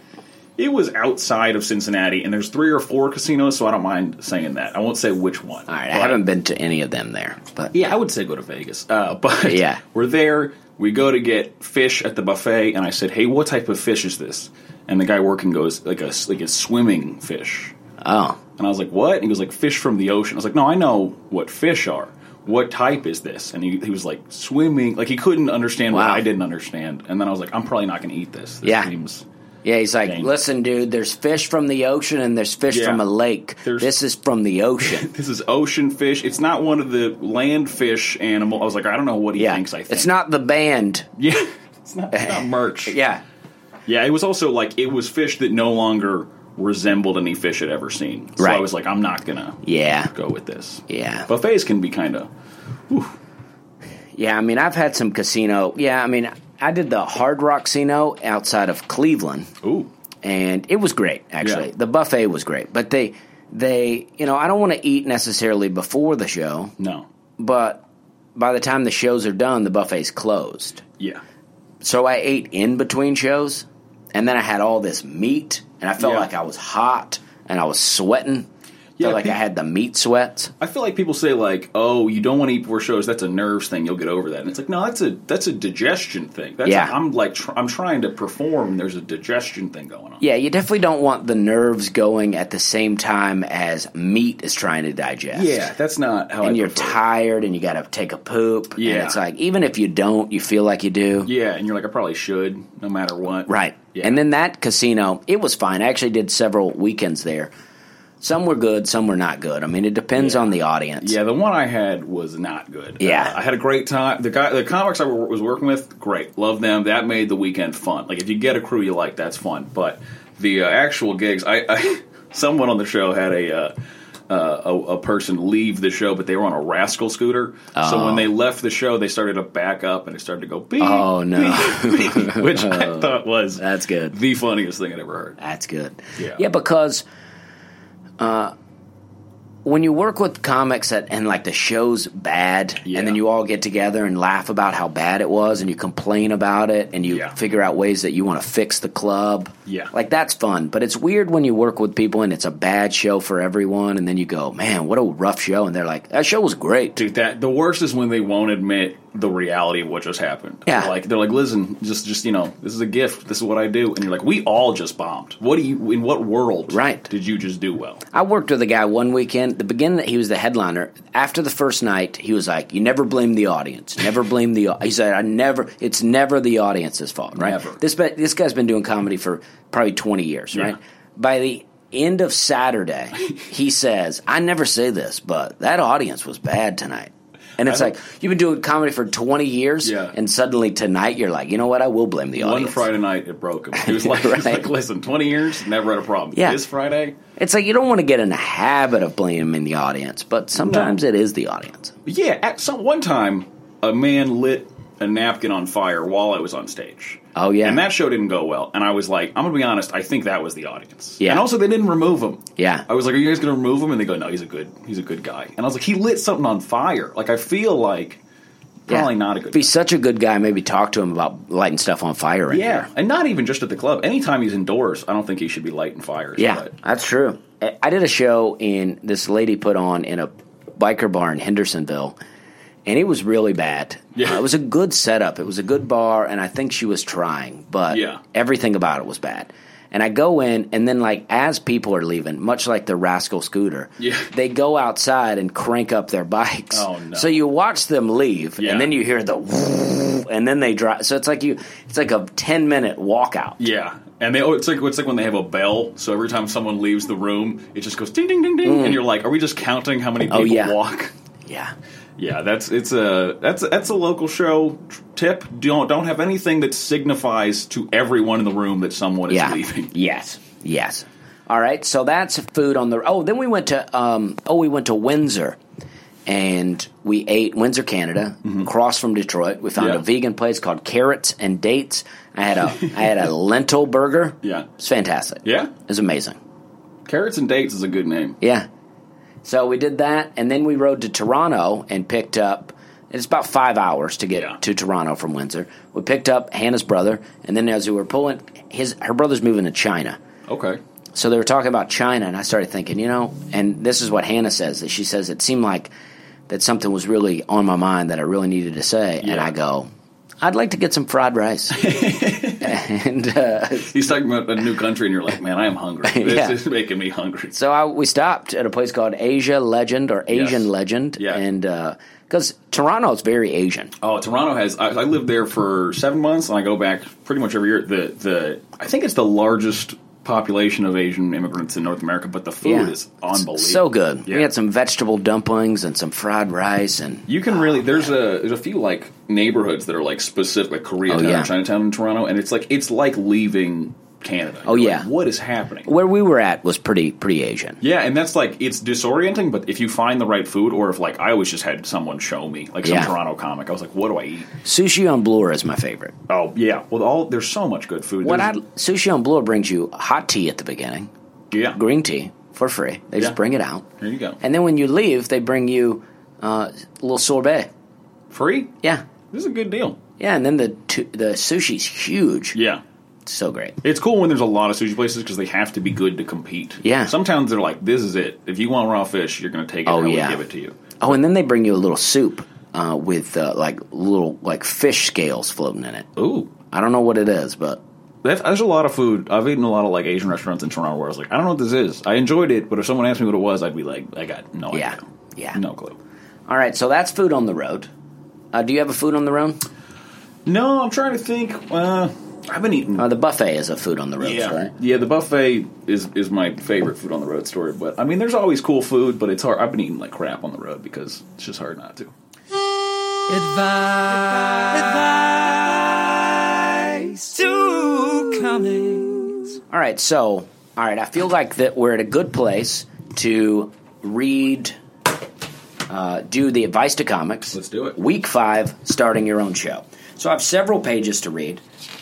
Speaker 3: It was outside of Cincinnati, and there's three or four casinos, so I don't mind saying that. I won't say which one.
Speaker 2: All right. I
Speaker 3: But-
Speaker 2: haven't been to any of them there, but
Speaker 3: yeah, I would say go to Vegas. Uh, but
Speaker 2: Yeah.
Speaker 3: we're there. We go to get fish at the buffet, and I said, "Hey, what type of fish is this?" And the guy working goes, "Like a like a swimming fish."
Speaker 2: oh
Speaker 3: And I was like, "What?" And he was like, "Fish from the ocean." I was like, "No, I know what fish are. What type is this?" And he, he was like, "Swimming." Like he couldn't understand what
Speaker 2: Wow.
Speaker 3: I didn't understand. And then I was like, "I'm probably not going to eat this." this
Speaker 2: Yeah.
Speaker 3: seems-
Speaker 2: yeah. He's like,
Speaker 3: Dang.
Speaker 2: listen, dude. There's fish from the ocean and there's fish
Speaker 3: Yeah.
Speaker 2: from a lake.
Speaker 3: There's-
Speaker 2: This is from the ocean.
Speaker 3: this is ocean fish. It's not one of the land fish animal. I was like, I don't know what he
Speaker 2: Yeah.
Speaker 3: thinks. I think
Speaker 2: It's not the band.
Speaker 3: Yeah, it's not, it's not merch.
Speaker 2: Yeah.
Speaker 3: Yeah, it was also like it was fish that no longer resembled any fish I'd ever seen. So
Speaker 2: Right.
Speaker 3: I was like, I'm not gonna
Speaker 2: Yeah.
Speaker 3: go with this.
Speaker 2: Yeah.
Speaker 3: Buffets can be kind of
Speaker 2: Yeah, I mean, I've had some casino. Yeah, I mean, I did the Hard Rock Casino outside of Cleveland,
Speaker 3: ooh.
Speaker 2: and it was great. Actually,
Speaker 3: Yeah.
Speaker 2: the buffet was great, but they they you know I don't want to eat necessarily before the show,
Speaker 3: No.
Speaker 2: but by the time the shows are done, the buffet's closed.
Speaker 3: Yeah.
Speaker 2: So I ate in between shows, and then I had all this meat, and I felt
Speaker 3: Yeah.
Speaker 2: like I was hot and I was sweating.
Speaker 3: Yeah,
Speaker 2: felt like
Speaker 3: pe-
Speaker 2: I had the meat sweats.
Speaker 3: I feel like people say like, "Oh, you don't want to eat before shows. That's a nerves thing. You'll get over that." And it's like, no, that's a that's a digestion thing. That's
Speaker 2: Yeah.
Speaker 3: i I'm like, tr- I'm trying to perform. There's a digestion thing going on.
Speaker 2: Yeah, you definitely don't want the nerves going at the same time as meat is trying to digest.
Speaker 3: Yeah, that's not how.
Speaker 2: and
Speaker 3: I
Speaker 2: you're
Speaker 3: prefer it.
Speaker 2: tired and you got to take a poop. And
Speaker 3: Yeah.
Speaker 2: it's like, even if you don't, you feel like you do.
Speaker 3: Yeah, and you're like, I probably should, no matter what.
Speaker 2: Right.
Speaker 3: Yeah.
Speaker 2: And then that casino, it was fine. I actually did several weekends there. Some were good, some were not good. I mean, it depends on the audience.
Speaker 3: Yeah, the one I had was not good.
Speaker 2: Yeah.
Speaker 3: Uh, I had a great time. The guy, the comics I were- was working with, great, love them. That made the weekend fun. Like if you get a crew you like, that's fun. But the uh, actual gigs, I, I someone on the show had a. Uh, uh, a, a person leave the show, but they were on a rascal scooter. So when they left the show, they started to back up and it started to go beep,
Speaker 2: Oh, no.
Speaker 3: beep, beep, which I thought was
Speaker 2: That's good.
Speaker 3: the funniest thing I'd ever heard.
Speaker 2: That's good.
Speaker 3: Yeah.
Speaker 2: because uh, when you work with comics at, and like the show's bad,
Speaker 3: Yeah.
Speaker 2: and then you all get together and laugh about how bad it was, and you complain about it, and you
Speaker 3: Yeah.
Speaker 2: figure out ways that you want to fix the club.
Speaker 3: Yeah.
Speaker 2: like that's fun. But it's weird when you work with people and it's a bad show for everyone, and then you go, "Man, what a rough show," and they're like, "That show was great."
Speaker 3: Dude, that the worst is when they won't admit the reality of what just happened.
Speaker 2: Yeah.
Speaker 3: like they're like, listen, just just you know, this is a gift. This is what I do, and you're like, we all just bombed. What do you? In what world?
Speaker 2: Right.
Speaker 3: Did you just do well?
Speaker 2: I worked with a guy one weekend. The beginning, he was the headliner. After the first night, he was like, "You never blame the audience. Never blame the." au-" He said, "I never. It's never the audience's fault, right?
Speaker 3: Never.
Speaker 2: This be- this guy's been doing comedy for probably twenty years,
Speaker 3: Yeah.
Speaker 2: right? By the end of Saturday, he says, "I never say this, but that audience was bad tonight." And it's
Speaker 3: I-
Speaker 2: like you've been doing comedy for 20 years,
Speaker 3: Yeah.
Speaker 2: and suddenly tonight you're like, you know what? I will blame the
Speaker 3: One
Speaker 2: audience.
Speaker 3: Friday night, it broke him. He was like, he was
Speaker 2: Right.
Speaker 3: like, listen, 20 years, never had a problem.
Speaker 2: Yeah.
Speaker 3: This Friday,
Speaker 2: It's like you don't want to get in the habit of blaming the audience, but sometimes it is the audience.
Speaker 3: Yeah, at some one time, a man lit a napkin on fire while I was on stage.
Speaker 2: Oh, yeah.
Speaker 3: and that show didn't go well. And I was like, I'm gonna be honest, I think that was the audience.
Speaker 2: Yeah.
Speaker 3: and also they didn't remove him.
Speaker 2: Yeah.
Speaker 3: I was like, Are you guys gonna remove him? And they go, No, he's a good, he's a good guy. And I was like, He lit something on fire. Like I feel like probably
Speaker 2: Yeah.
Speaker 3: not a good.
Speaker 2: Be such a good guy. Maybe talk to him about lighting stuff on fire. in
Speaker 3: yeah,
Speaker 2: here.
Speaker 3: and not even just at the club. Anytime he's indoors, I don't think he should be lighting fires.
Speaker 2: yeah,
Speaker 3: but-
Speaker 2: that's true. I I did a show in this lady put on in a biker bar in Hendersonville, and it was really bad.
Speaker 3: Yeah.
Speaker 2: Uh, it was a good setup. It was a good bar, and I think she was trying, but
Speaker 3: Yeah.
Speaker 2: everything about it was bad. And I go in, and then like as people are leaving, much like the rascal scooter,
Speaker 3: Yeah.
Speaker 2: they go outside and crank up their bikes.
Speaker 3: Oh, no.
Speaker 2: So you watch them leave,
Speaker 3: Yeah.
Speaker 2: and then you hear the, and then they drive. So it's like you, it's like a ten minute walkout.
Speaker 3: Yeah, and they oh, it's like it's like when they have a bell. So every time someone leaves the room, it just goes ding ding ding ding, and you're like, are we just counting how many
Speaker 2: Mm. Oh,
Speaker 3: people
Speaker 2: yeah.
Speaker 3: walk?
Speaker 2: Yeah.
Speaker 3: Yeah, that's it's a that's that's a local show tr- tip. Don't don't have anything that signifies to everyone in the room that someone is
Speaker 2: yeah.
Speaker 3: leaving.
Speaker 2: Yes. Yes. All right. So that's food on the. Oh, then we went to. Um, oh, we went to Windsor, and we ate Windsor, Canada, across from Detroit. We found
Speaker 3: Mm-hmm. Yeah.
Speaker 2: a vegan place called Carrots and Dates. I had a I had a lentil burger.
Speaker 3: Yeah.
Speaker 2: it's fantastic.
Speaker 3: Yeah,
Speaker 2: it's amazing.
Speaker 3: carrots and dates is a good name.
Speaker 2: Yeah. So we did that, and then we rode to Toronto and picked up. It's about five hours to get
Speaker 3: Yeah.
Speaker 2: to Toronto from Windsor. We picked up Hannah's brother, and then as we were pulling, his her brother's moving to China.
Speaker 3: Okay,
Speaker 2: So they were talking about China, and I started thinking, you know, and this is what Hannah says that she says it seemed like that something was really on my mind that I really needed to say, and
Speaker 3: Yeah.
Speaker 2: I go, I'd like to get some fried rice, and uh,
Speaker 3: he's talking about a new country, and you're like, man, I am hungry. This
Speaker 2: Yeah.
Speaker 3: is making me hungry.
Speaker 2: So I, we stopped at a place called Asia Legend or Asian
Speaker 3: Yes.
Speaker 2: Legend,
Speaker 3: Yeah.
Speaker 2: and because Toronto is very Asian,
Speaker 3: Oh, Toronto has. I, I lived there for seven months, and I go back pretty much every year. The the I think it's the largest population of Asian immigrants in North America, but the food is unbelievable.
Speaker 2: so good.
Speaker 3: Oh, Yeah.
Speaker 2: We had some vegetable dumplings and some fried rice, and
Speaker 3: You can really there's a there's a few like neighborhoods that are like specific like Koreatown
Speaker 2: Oh, yeah.
Speaker 3: or Chinatown in Toronto, and it's like it's like leaving Canada.
Speaker 2: Oh,
Speaker 3: You're
Speaker 2: yeah.
Speaker 3: like, what is happening?
Speaker 2: where we were at was pretty pretty Asian.
Speaker 3: Yeah, and that's like it's disorienting, but if you find the right food, or if like I always just had someone show me like some
Speaker 2: Yeah.
Speaker 3: Toronto comic, I was like, what do I eat?
Speaker 2: Sushi on Bloor is my favorite.
Speaker 3: Oh yeah, well all there's so much good food.
Speaker 2: What I
Speaker 3: There's-
Speaker 2: sushi on Bloor brings you hot tea at the beginning,
Speaker 3: yeah,
Speaker 2: green tea for free. They
Speaker 3: Yeah.
Speaker 2: just bring it out,
Speaker 3: there you go,
Speaker 2: and then when you leave, they bring you uh, a little sorbet.
Speaker 3: free.
Speaker 2: Yeah,
Speaker 3: This is a good deal.
Speaker 2: yeah, and then the tu- the sushi's huge.
Speaker 3: Yeah.
Speaker 2: It's so great.
Speaker 3: It's cool when there's a lot of sushi places because they have to be good to compete.
Speaker 2: Yeah.
Speaker 3: Sometimes they're like, "This is it. If you want raw fish, you're going to take it.
Speaker 2: Oh,
Speaker 3: how we
Speaker 2: yeah.
Speaker 3: give it to you."
Speaker 2: Oh, and then they bring you a little soup uh, with uh, like little like fish scales floating in it.
Speaker 3: Ooh,
Speaker 2: I don't know what it is, but
Speaker 3: That's, there's a lot of food. I've eaten a lot of like Asian restaurants in Toronto where I was like, I don't know what this is. I enjoyed it, but if someone asked me what it was, I'd be like, I got no
Speaker 2: Yeah.
Speaker 3: idea.
Speaker 2: Yeah.
Speaker 3: No clue.
Speaker 2: all right. So that's food on the road. Uh, do you have a food on the road?
Speaker 3: No, I'm trying to think. Uh, I've been eating.
Speaker 2: Uh, the buffet is a food on the road,
Speaker 3: yeah,
Speaker 2: right?
Speaker 3: yeah. The buffet is is my favorite food on the road story. But I mean, there's always cool food, but it's hard. I've been eating like crap on the road because it's just hard not to.
Speaker 7: Advice to comedies.
Speaker 2: All right. So all right, I feel like that we're at a good place to read. Uh, do the advice to comics.
Speaker 3: Let's do it.
Speaker 2: Week five, starting your own show. So I have several pages to read,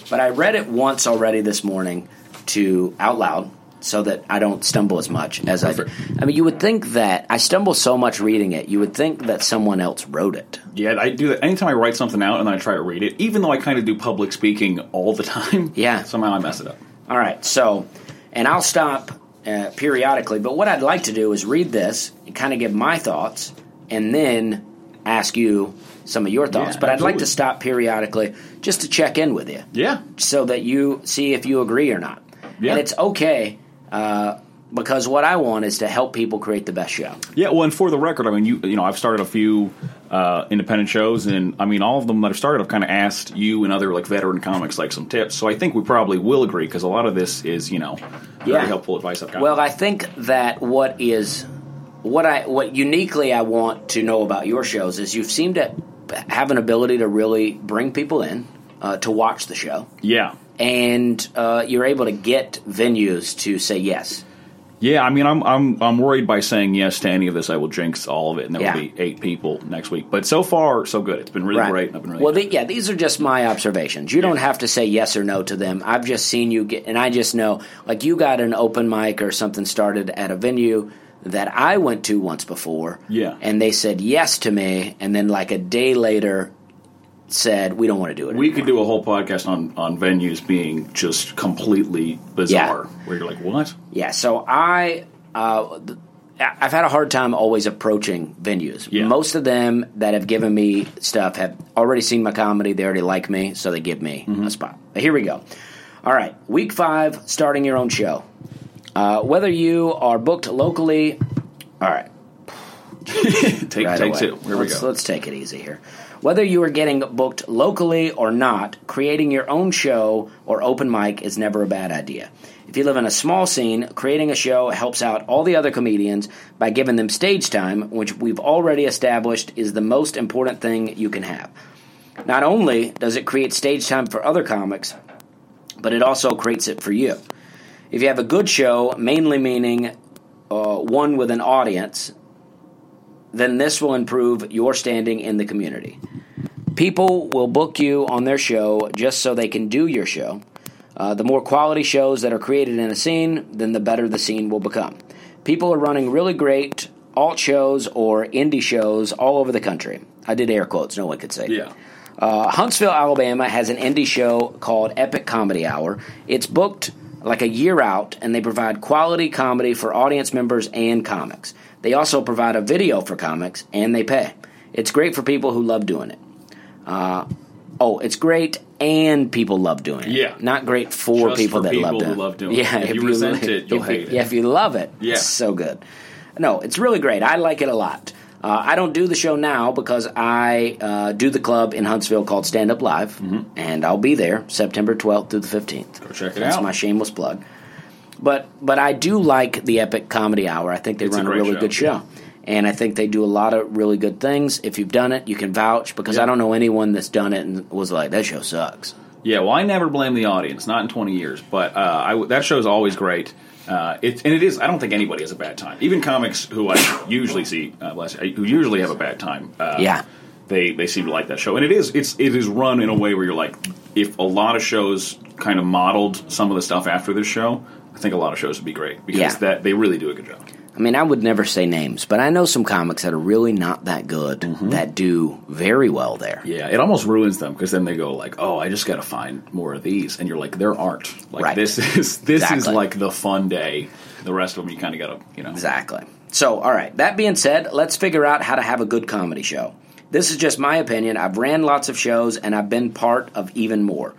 Speaker 2: but I read it once already this morning to out loud so that I don't stumble as much as I do. I mean, you would think that I stumble so much reading it, you would think that someone else wrote it.
Speaker 3: Yeah, I do that anytime I write something out and then I try to read it. Even though I kind of do public speaking all the time,
Speaker 2: Yeah.
Speaker 3: somehow I mess it up.
Speaker 2: All right, so, and I'll stop uh, periodically, but what I'd like to do is read this and kind of give my thoughts and then ask you some of your thoughts.
Speaker 3: Yeah,
Speaker 2: but I'd like
Speaker 3: absolutely.
Speaker 2: to stop periodically just to check in with you.
Speaker 3: Yeah,
Speaker 2: so that you see if you agree or not.
Speaker 3: Yeah.
Speaker 2: And it's okay uh, because what I want is to help people create the best show.
Speaker 3: Yeah, well, and for the record, I mean, you you know, I've started a few uh, independent shows, and I mean, all of them that I've started, I've kind of asked you and other like veteran comics like some tips. So I think we probably will agree because a lot of this is you know very
Speaker 2: Yeah.
Speaker 3: helpful advice I've got.
Speaker 2: Well, I think that what is what I what uniquely I want to know about your shows is you seem to have an ability to really bring people in uh, to watch the show,
Speaker 3: Yeah.
Speaker 2: and uh, you're able to get venues to say yes.
Speaker 3: Yeah, I mean, I'm I'm I'm worried by saying yes to any of this. I will jinx all of it, and there will
Speaker 2: Yeah.
Speaker 3: be eight people next week. But so far, so good. It's been really great. and I've been really
Speaker 2: well, the, yeah, these are just my observations. You don't
Speaker 3: Yeah.
Speaker 2: have to say yes or no to them. I've just seen you get, and I just know, like, you got an open mic or something started at a venue that I went to once before.
Speaker 3: Yeah.
Speaker 2: And they said yes to me, and then, like, a day later said, we don't want to do it.
Speaker 3: we
Speaker 2: anymore."
Speaker 3: could do a whole podcast on on venues being just completely bizarre, where you're like, what?
Speaker 2: Yeah, so I, uh, th- I- I've had a hard time always approaching venues.
Speaker 3: Yeah.
Speaker 2: Most of them that have given me stuff have already seen my comedy. They already like me, so they give me a spot. But here we go. All right, week five, starting your own show. Uh, whether you are booked locally, all right,
Speaker 3: Take
Speaker 2: right
Speaker 3: take
Speaker 2: away.
Speaker 3: two. Here
Speaker 2: let's,
Speaker 3: we go.
Speaker 2: Let's take it easy here. Whether you are getting booked locally or not, creating your own show or open mic is never a bad idea. If you live in a small scene, creating a show helps out all the other comedians by giving them stage time, which we've already established is the most important thing you can have. Not only does it create stage time for other comics, but it also creates it for you. If you have a good show, mainly meaning uh, one with an audience, then this will improve your standing in the community. People will book you on their show just so they can do your show. Uh, the more quality shows that are created in a scene, then the better the scene will become. People are running really great alt shows or indie shows all over the country. I did air quotes, no one could say.
Speaker 3: Yeah.
Speaker 2: Uh, Huntsville, Alabama has an indie show called Epic Comedy Hour. It's booked like a year out, and they provide quality comedy for audience members and comics. They also provide a video for comics, and they pay. It's great for people who love doing it. Uh, oh, it's great, and people love doing it.
Speaker 3: Yeah.
Speaker 2: not great for
Speaker 3: Just
Speaker 2: people
Speaker 3: for
Speaker 2: that love
Speaker 3: people
Speaker 2: doing
Speaker 3: who
Speaker 2: it.
Speaker 3: love doing it.
Speaker 2: yeah,
Speaker 3: If you resent it, you'll
Speaker 2: if
Speaker 3: hate
Speaker 2: you-
Speaker 3: it.
Speaker 2: Yeah, if you love it,
Speaker 3: Yeah.
Speaker 2: it's so good. No, it's really great. I like it a lot. Uh, I don't do the show now because I uh, do the club in Huntsville called Stand Up Live, and I'll be there September 12th through the 15th. Go
Speaker 3: Mm-hmm. check it
Speaker 2: That's
Speaker 3: out.
Speaker 2: my shameless plug. But but I do like the Epic Comedy Hour. I think they
Speaker 3: It's a
Speaker 2: run a,
Speaker 3: great
Speaker 2: really
Speaker 3: show.
Speaker 2: good show, and I think they do a lot of really good things. If you've done it, you can vouch because I don't know anyone that's done it and was like that show sucks.
Speaker 3: Yeah, well, I never blame the audience. Not in twenty years, but uh, I w that show's always great. Uh, it, and it is. I don't think anybody has a bad time. Even comics who I usually see, uh, bless you, who usually have a bad time. Uh,
Speaker 2: Yeah.
Speaker 3: they they seem to like that show, and it is it's it is run in a way where you're like, if a lot of shows kind of modeled some of the stuff after this show, I think a lot of shows would be great because
Speaker 2: Yeah.
Speaker 3: that they really do a good job.
Speaker 2: I mean, I would never say names, but I know some comics that are really not that good that do very well there.
Speaker 3: Yeah, it almost ruins them because then they go like, "Oh, I just got to find more of these," and you're like, "There aren't." Like
Speaker 2: Right.
Speaker 3: this is this is
Speaker 2: Exactly.
Speaker 3: like the fun day. The rest of them, you kind of got to you know.
Speaker 2: Exactly. So, all right, that being said, let's figure out how to have a good comedy show. This is just my opinion. I've ran lots of shows and I've been part of even more.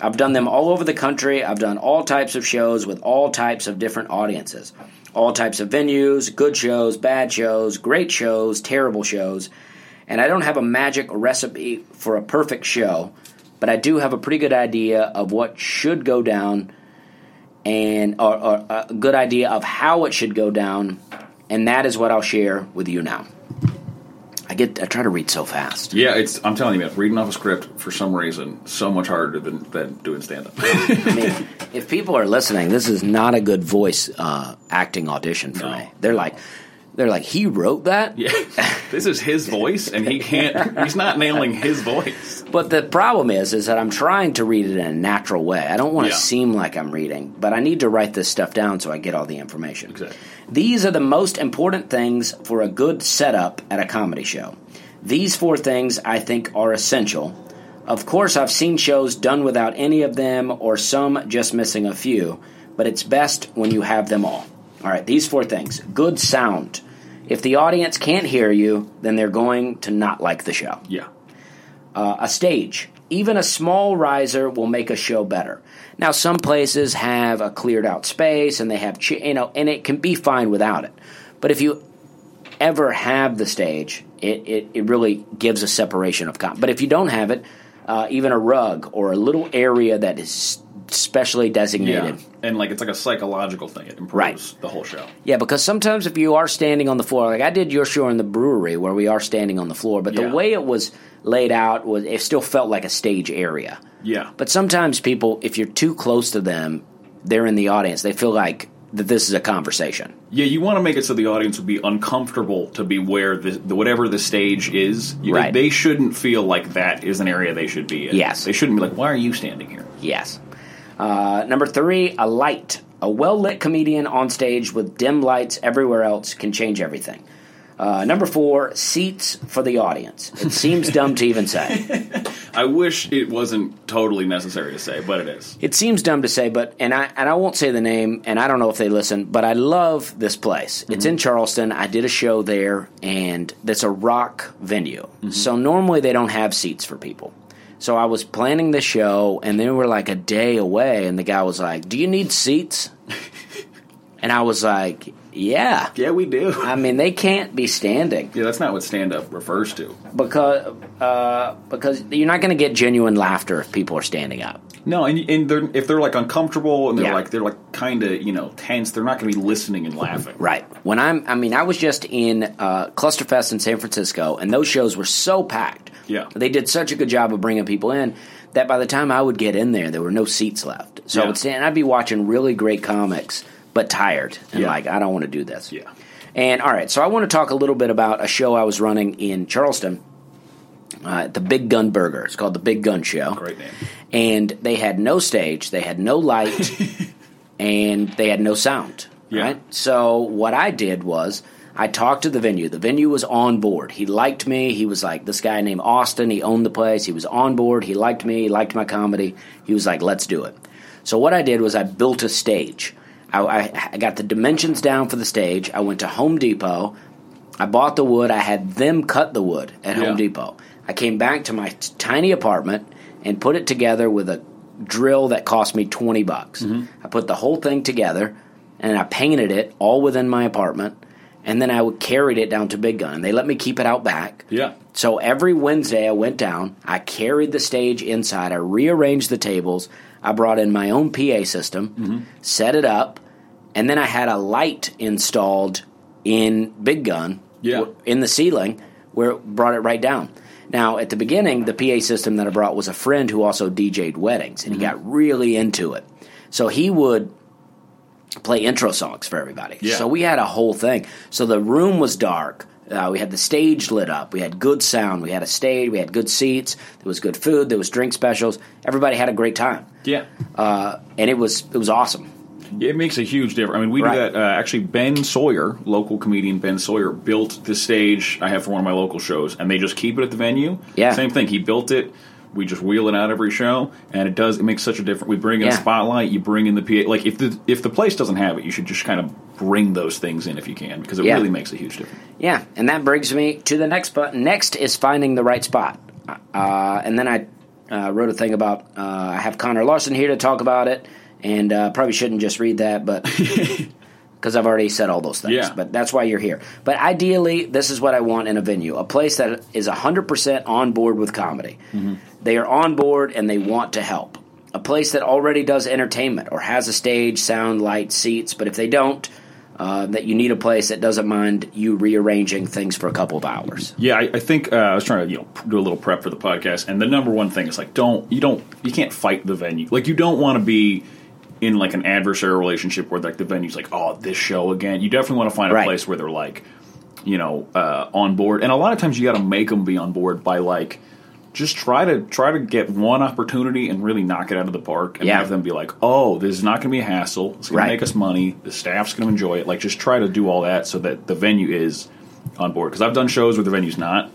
Speaker 2: I've done them all over the country. I've done all types of shows with all types of different audiences, all types of venues, good shows, bad shows, great shows, terrible shows. And I don't have a magic recipe for a perfect show, but I do have a pretty good idea of what should go down and or, or a good idea of how it should go down, and that is what I'll share with you now. I get I try to read so fast.
Speaker 3: Yeah, it's. I'm telling you, man, reading off a script for some reason so much harder than than doing stand up.
Speaker 2: I mean, if people are listening, this is not a good voice uh, acting audition for
Speaker 3: No.
Speaker 2: me. They're like, they're like, he wrote that.
Speaker 3: yeah, this is his voice, and he can't. He's not nailing his voice.
Speaker 2: But the problem is, is that I'm trying to read it in a natural way. I don't want to
Speaker 3: Yeah.
Speaker 2: seem like I'm reading, but I need to write this stuff down so I get all the information.
Speaker 3: Exactly.
Speaker 2: These are the most important things for a good setup at a comedy show. These four things I think are essential. Of course, I've seen shows done without any of them or some just missing a few, but it's best when you have them all. All right, these four things. Good sound. If the audience can't hear you, then they're going to not like the show
Speaker 3: Yeah,
Speaker 2: a stage. Even a small riser will make a show better. Now, some places have a cleared out space and they have, chi- you know, and it can be fine without it. But if you ever have the stage, it, it, it really gives a separation of com. But if you don't have it, uh, even a rug or a little area that is specially
Speaker 3: Yeah,
Speaker 2: designated.
Speaker 3: and like it's like a psychological thing. It improves
Speaker 2: Right.
Speaker 3: the whole show.
Speaker 2: Yeah, because sometimes if you are standing on the floor, like I did your show in the brewery where we are standing on the floor, but
Speaker 3: Yeah.
Speaker 2: the way it was laid out was it still felt like a stage area.
Speaker 3: Yeah,
Speaker 2: But sometimes people, if you're too close to them, they're in the audience. They feel like that this is a conversation.
Speaker 3: yeah, you want to make it so the audience would be uncomfortable to be where the, the whatever the stage is. You-
Speaker 2: Right.
Speaker 3: They shouldn't feel like that is an area they should be in.
Speaker 2: Yes.
Speaker 3: they shouldn't be like, why are you standing here?
Speaker 2: Yes. Uh, number three, a light. A well lit comedian on stage with dim lights everywhere else can change everything. Uh, number four, seats for the audience. It seems dumb to even say.
Speaker 3: I wish it wasn't totally necessary to say, but it is.
Speaker 2: It seems dumb to say, but and I and I won't say the name, and I don't know if they listen, but I love this place. It's in Charleston. I did a show there, and that's a rock venue. So normally they don't have seats for people. So I was planning the show, and then we're like a day away, and the guy was like, "Do you need seats?" and I was like, "Yeah."
Speaker 3: Yeah, we do.
Speaker 2: I mean, they can't be standing
Speaker 3: yeah, that's not what stand up refers to.
Speaker 2: because uh, because you're not going to get genuine laughter if people are standing up.
Speaker 3: No, and, and they're, if they're like uncomfortable and they're
Speaker 2: Yeah.
Speaker 3: like they're like kind of you know tense, they're not going to be listening and laughing.
Speaker 2: Right. When I'm, I mean, I was just in uh, Clusterfest in San Francisco, and those shows were so packed.
Speaker 3: Yeah.
Speaker 2: They did such a good job of bringing people in that by the time I would get in there, there were no seats left. So I
Speaker 3: Yeah.
Speaker 2: would stand, I'd be watching really great comics, but tired. And
Speaker 3: Yeah.
Speaker 2: like, I don't want to do this.
Speaker 3: Yeah.
Speaker 2: And all right, so I want to talk a little bit about a show I was running in Charleston. Uh, at the Big Gun Burger. It's called the Big Gun Show
Speaker 3: Great name.
Speaker 2: and they had no stage, they had no light, and they had no sound.
Speaker 3: Yeah.
Speaker 2: Right? So what I did was I talked to the venue. The venue was on board. He liked me. He was like this guy named Austin. He owned the place. He was on board. He liked me. He liked my comedy. He was like, "Let's do it." So what I did was I built a stage. I, I, I got the dimensions down for the stage. I went to Home Depot. I bought the wood. I had them cut the wood at
Speaker 3: Yeah.
Speaker 2: Home Depot. I came back to my t- tiny apartment and put it together with a drill that cost me 20 bucks. I put the whole thing together and I painted it all within my apartment. And then I would- carried it down to Big Gun. They let me keep it out back.
Speaker 3: Yeah.
Speaker 2: So every Wednesday I went down, I carried the stage inside, I rearranged the tables, I brought in my own PA system, set it up, and then I had a light installed in Big Gun
Speaker 3: Yeah.
Speaker 2: w- in the ceiling where it brought it right down. Now, at the beginning, the PA system that I brought was a friend who also DJ'd weddings, and he got really into it. So he would play intro songs for everybody.
Speaker 3: Yeah.
Speaker 2: So we had a whole thing. So the room was dark. Uh, we had the stage lit up. We had good sound. We had a stage. We had good seats. There was good food. There was drink specials. Everybody had a great time,
Speaker 3: Yeah.
Speaker 2: uh, and it was it was awesome.
Speaker 3: It makes a huge difference. I mean, we
Speaker 2: Right.
Speaker 3: do that. Uh, actually, Ben Sawyer, local comedian Ben Sawyer, built the stage I have for one of my local shows, and they just keep it at the venue.
Speaker 2: Yeah.
Speaker 3: Same thing. He built it. We just wheel it out every show, and it does. It makes such a difference. We bring in
Speaker 2: Yeah.
Speaker 3: a spotlight. You bring in the PA. Like if the if the place doesn't have it, you should just kind of bring those things in if you can, because it
Speaker 2: Yeah.
Speaker 3: really makes a huge difference.
Speaker 2: Yeah, and that brings me to the next spot. Next is finding the right spot. Uh, and then I uh, wrote a thing about uh, I have Connor Larson here to talk about it, and uh, probably shouldn't just read that, but because I've already said all those things.
Speaker 3: Yeah.
Speaker 2: But that's why you're here. But ideally, this is what I want in a venue a place that is 100% on board with comedy. They are on board and they want to help. A place that already does entertainment or has a stage, sound, light, seats, but if they don't, uh, that you need a place that doesn't mind you rearranging things for a couple of hours.
Speaker 3: Yeah, I, I think uh, I was trying to you know do a little prep for the podcast, and the number one thing is like don't you don't you can't fight the venue. Like you don't want to be in like an adversarial relationship where like the venue's like oh this show again. You definitely want to find a
Speaker 2: Right.
Speaker 3: place where they're like you know uh, on board, and a lot of times you got to make them be on board by like just try to try to get one opportunity and really knock it out of the park and
Speaker 2: Yeah.
Speaker 3: have them be like oh this is not going to be a hassle it's going
Speaker 2: Right.
Speaker 3: to make us money the staff's going to enjoy it like just try to do all that so that the venue is on board because i've done shows where the venue's not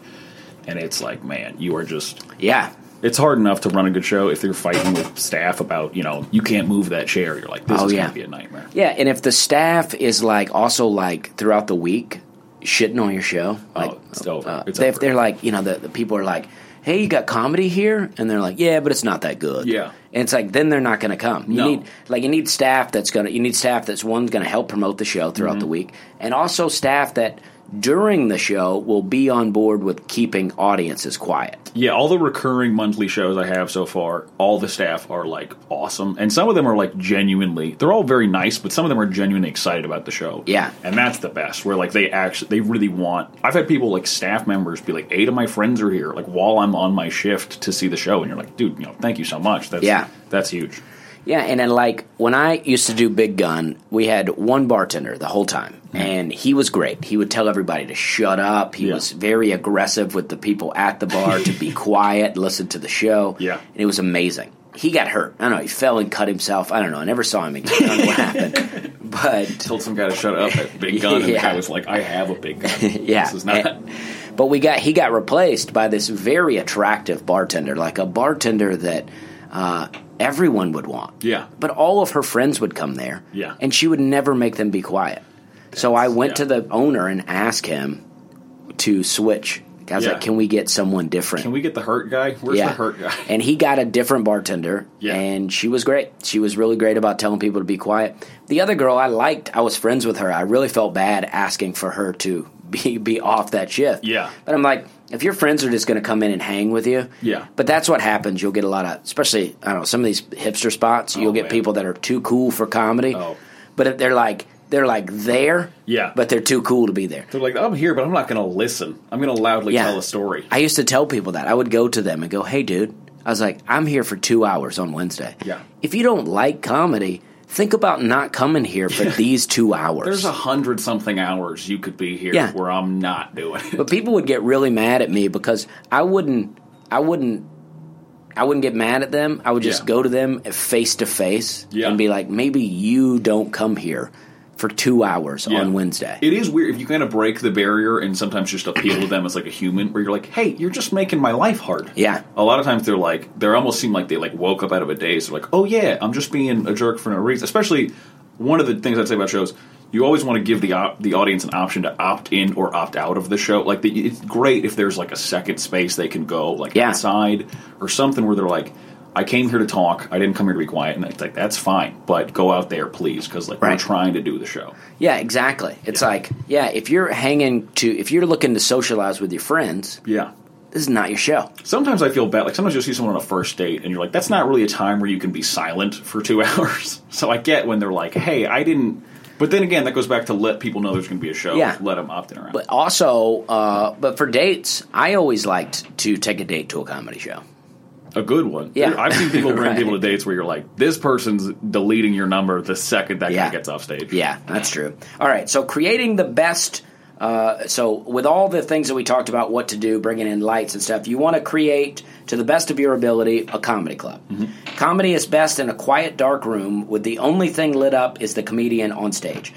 Speaker 3: and it's like man you are just
Speaker 2: Yeah.
Speaker 3: it's hard enough to run a good show if you're fighting with staff about you know you can't move that chair you're like this
Speaker 2: Oh,
Speaker 3: is
Speaker 2: yeah.
Speaker 3: going to be a nightmare
Speaker 2: Yeah, and if the staff is like also like throughout the week shitting on your show, like
Speaker 3: Oh, it's over.
Speaker 2: uh,
Speaker 3: It's
Speaker 2: they,
Speaker 3: over.
Speaker 2: if they're like, you know, the, the people are like, "Hey, you got comedy here?" and they're like, "Yeah, but it's not that good."
Speaker 3: Yeah.
Speaker 2: and it's like then they're not going to come. You
Speaker 3: No.
Speaker 2: need like you
Speaker 3: Mm-hmm.
Speaker 2: need staff that's gonna you need staff that's one going to help promote the show throughout the week, and also staff that during the show will be on board with keeping audiences quiet.
Speaker 3: Yeah, all the recurring monthly shows I have so far, all the staff are like awesome, and some of them are like genuinely. They're all very nice, but some of them are genuinely excited about the show.
Speaker 2: Yeah.
Speaker 3: and that's the best. Where like they actually they really want. I've had people like staff members be like, eight of my friends are here, like while I'm on my shift to see the show, and you're like, dude, you know, thank you so much. That's
Speaker 2: Yeah.
Speaker 3: that's huge.
Speaker 2: Yeah, and then like when I used to do Big Gun, we had one bartender the whole time, and he was great. He would tell everybody to shut up. He
Speaker 3: Yeah.
Speaker 2: was very aggressive with the people at the bar to be quiet, listen to the show.
Speaker 3: Yeah.
Speaker 2: and it was amazing. He got hurt. I don't know. He fell and cut himself. I don't know. I never saw him again. I don't know what happened. But
Speaker 3: Told some guy to shut up at Big Gun, and the
Speaker 2: Yeah.
Speaker 3: guy was like, I have a big gun.
Speaker 2: yeah,
Speaker 3: this is not.
Speaker 2: and- but we got he got replaced by this very attractive bartender, like a bartender that uh, everyone would want.
Speaker 3: Yeah.
Speaker 2: But all of her friends would come there.
Speaker 3: Yeah.
Speaker 2: And she would never make them be quiet. so I went to
Speaker 3: yeah.
Speaker 2: the owner and asked him to switch. I was
Speaker 3: Yeah.
Speaker 2: like, "Can we get someone different?"
Speaker 3: Can we get the hurt guy? Where's the hurt guy?
Speaker 2: And he got a different bartender.
Speaker 3: Yeah.
Speaker 2: And she was great. She was really great about telling people to be quiet. The other girl I liked, I was friends with her. I really felt bad asking for her to be be off that shift.
Speaker 3: Yeah.
Speaker 2: But I'm like, if your friends are just going to come in and hang with you,
Speaker 3: Yeah.
Speaker 2: But that's what happens. You'll get a lot of, especially I don't know, some of these hipster spots. You'll get
Speaker 3: Oh, man.
Speaker 2: people that are too cool for comedy.
Speaker 3: Oh.
Speaker 2: But if they're like they're like there,
Speaker 3: Yeah.
Speaker 2: But they're too cool to be there.
Speaker 3: They're like, I'm here, but I'm not going to listen. I'm going to loudly
Speaker 2: Yeah.
Speaker 3: tell a story.
Speaker 2: I used to tell people that. I would go to them and go, hey, dude, I was like, I'm here for two hours on Wednesday.
Speaker 3: Yeah.
Speaker 2: If you don't like comedy, think about not coming here for these two hours.
Speaker 3: There's a hundred something hours you could be here
Speaker 2: Yeah.
Speaker 3: where I'm not doing it.
Speaker 2: but people would get really mad at me because I wouldn't, I wouldn't. I wouldn't get mad at them. I would just
Speaker 3: Yeah.
Speaker 2: go to them face to face
Speaker 3: Yeah.
Speaker 2: and be like, maybe you don't come here for two hours
Speaker 3: Yeah.
Speaker 2: on Wednesday.
Speaker 3: It is weird if you kind of break the barrier and sometimes just appeal to them as like a human, where you're like, "Hey, you're just making my life hard."
Speaker 2: Yeah.
Speaker 3: A lot of times they're like, they are almost seem like they like woke up out of a daze. They're like, "Oh yeah, I'm just being a jerk for no reason." Especially one of the things I'd say about shows, you always want to give the op- the audience an option to opt in or opt out of the show. Like, the, it's great if there's like a second space they can go, like
Speaker 2: Yeah.
Speaker 3: outside or something, where they're like. I came here to talk. I didn't come here to be quiet, and it's like that's fine. But go out there, please, because like we're
Speaker 2: Right.
Speaker 3: trying to do the show.
Speaker 2: Yeah, exactly. It's like, yeah, if you're hanging to, if you're looking to socialize with your friends,
Speaker 3: Yeah,
Speaker 2: this is not your show.
Speaker 3: Sometimes I feel bad. Like sometimes you'll see someone on a first date, and you're like, "That's not really a time where you can be silent for two hours." So I get when they're like, "Hey, I didn't." But then again, that goes back to let people know there's going to be a show.
Speaker 2: Yeah.
Speaker 3: let them opt in around.
Speaker 2: But also, uh, but for dates, I always liked to take a date to a comedy show.
Speaker 3: a good one.
Speaker 2: Yeah.
Speaker 3: I've seen people bring
Speaker 2: Right.
Speaker 3: people to dates where you're like, "This person's deleting your number the second that guy
Speaker 2: Yeah.
Speaker 3: gets off stage."
Speaker 2: Yeah, that's true. All right, so creating the best. Uh, so, with all the things that we talked about, what to do, bringing in lights and stuff, you want to create, to the best of your ability, a comedy club. Comedy is best in a quiet, dark room with the only thing lit up is the comedian on stage.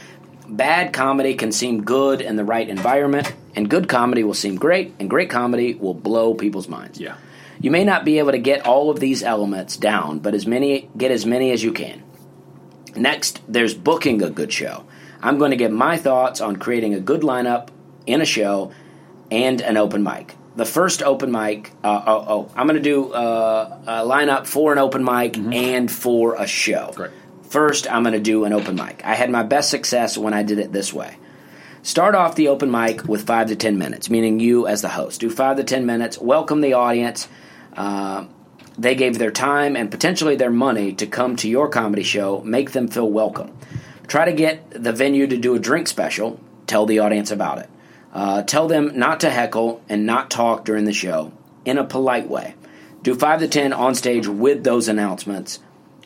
Speaker 2: Bad comedy can seem good in the right environment, and good comedy will seem great, and great comedy will blow people's minds.
Speaker 3: Yeah.
Speaker 2: You may not be able to get all of these elements down, but as many get as many as you can. Next, there's booking a good show. I'm going to give my thoughts on creating a good lineup in a show and an open mic. The first open mic, uh, oh, oh, I'm going to do uh, a lineup for an open mic and for a show.
Speaker 3: Great.
Speaker 2: First, I'm going to do an open mic. I had my best success when I did it this way. Start off the open mic with five to ten minutes, meaning you as the host. Do five to ten minutes, welcome the audience. Uh, they gave their time and potentially their money to come to your comedy show, make them feel welcome. Try to get the venue to do a drink special, tell the audience about it. Uh, tell them not to heckle and not talk during the show in a polite way. Do five to ten on stage with those announcements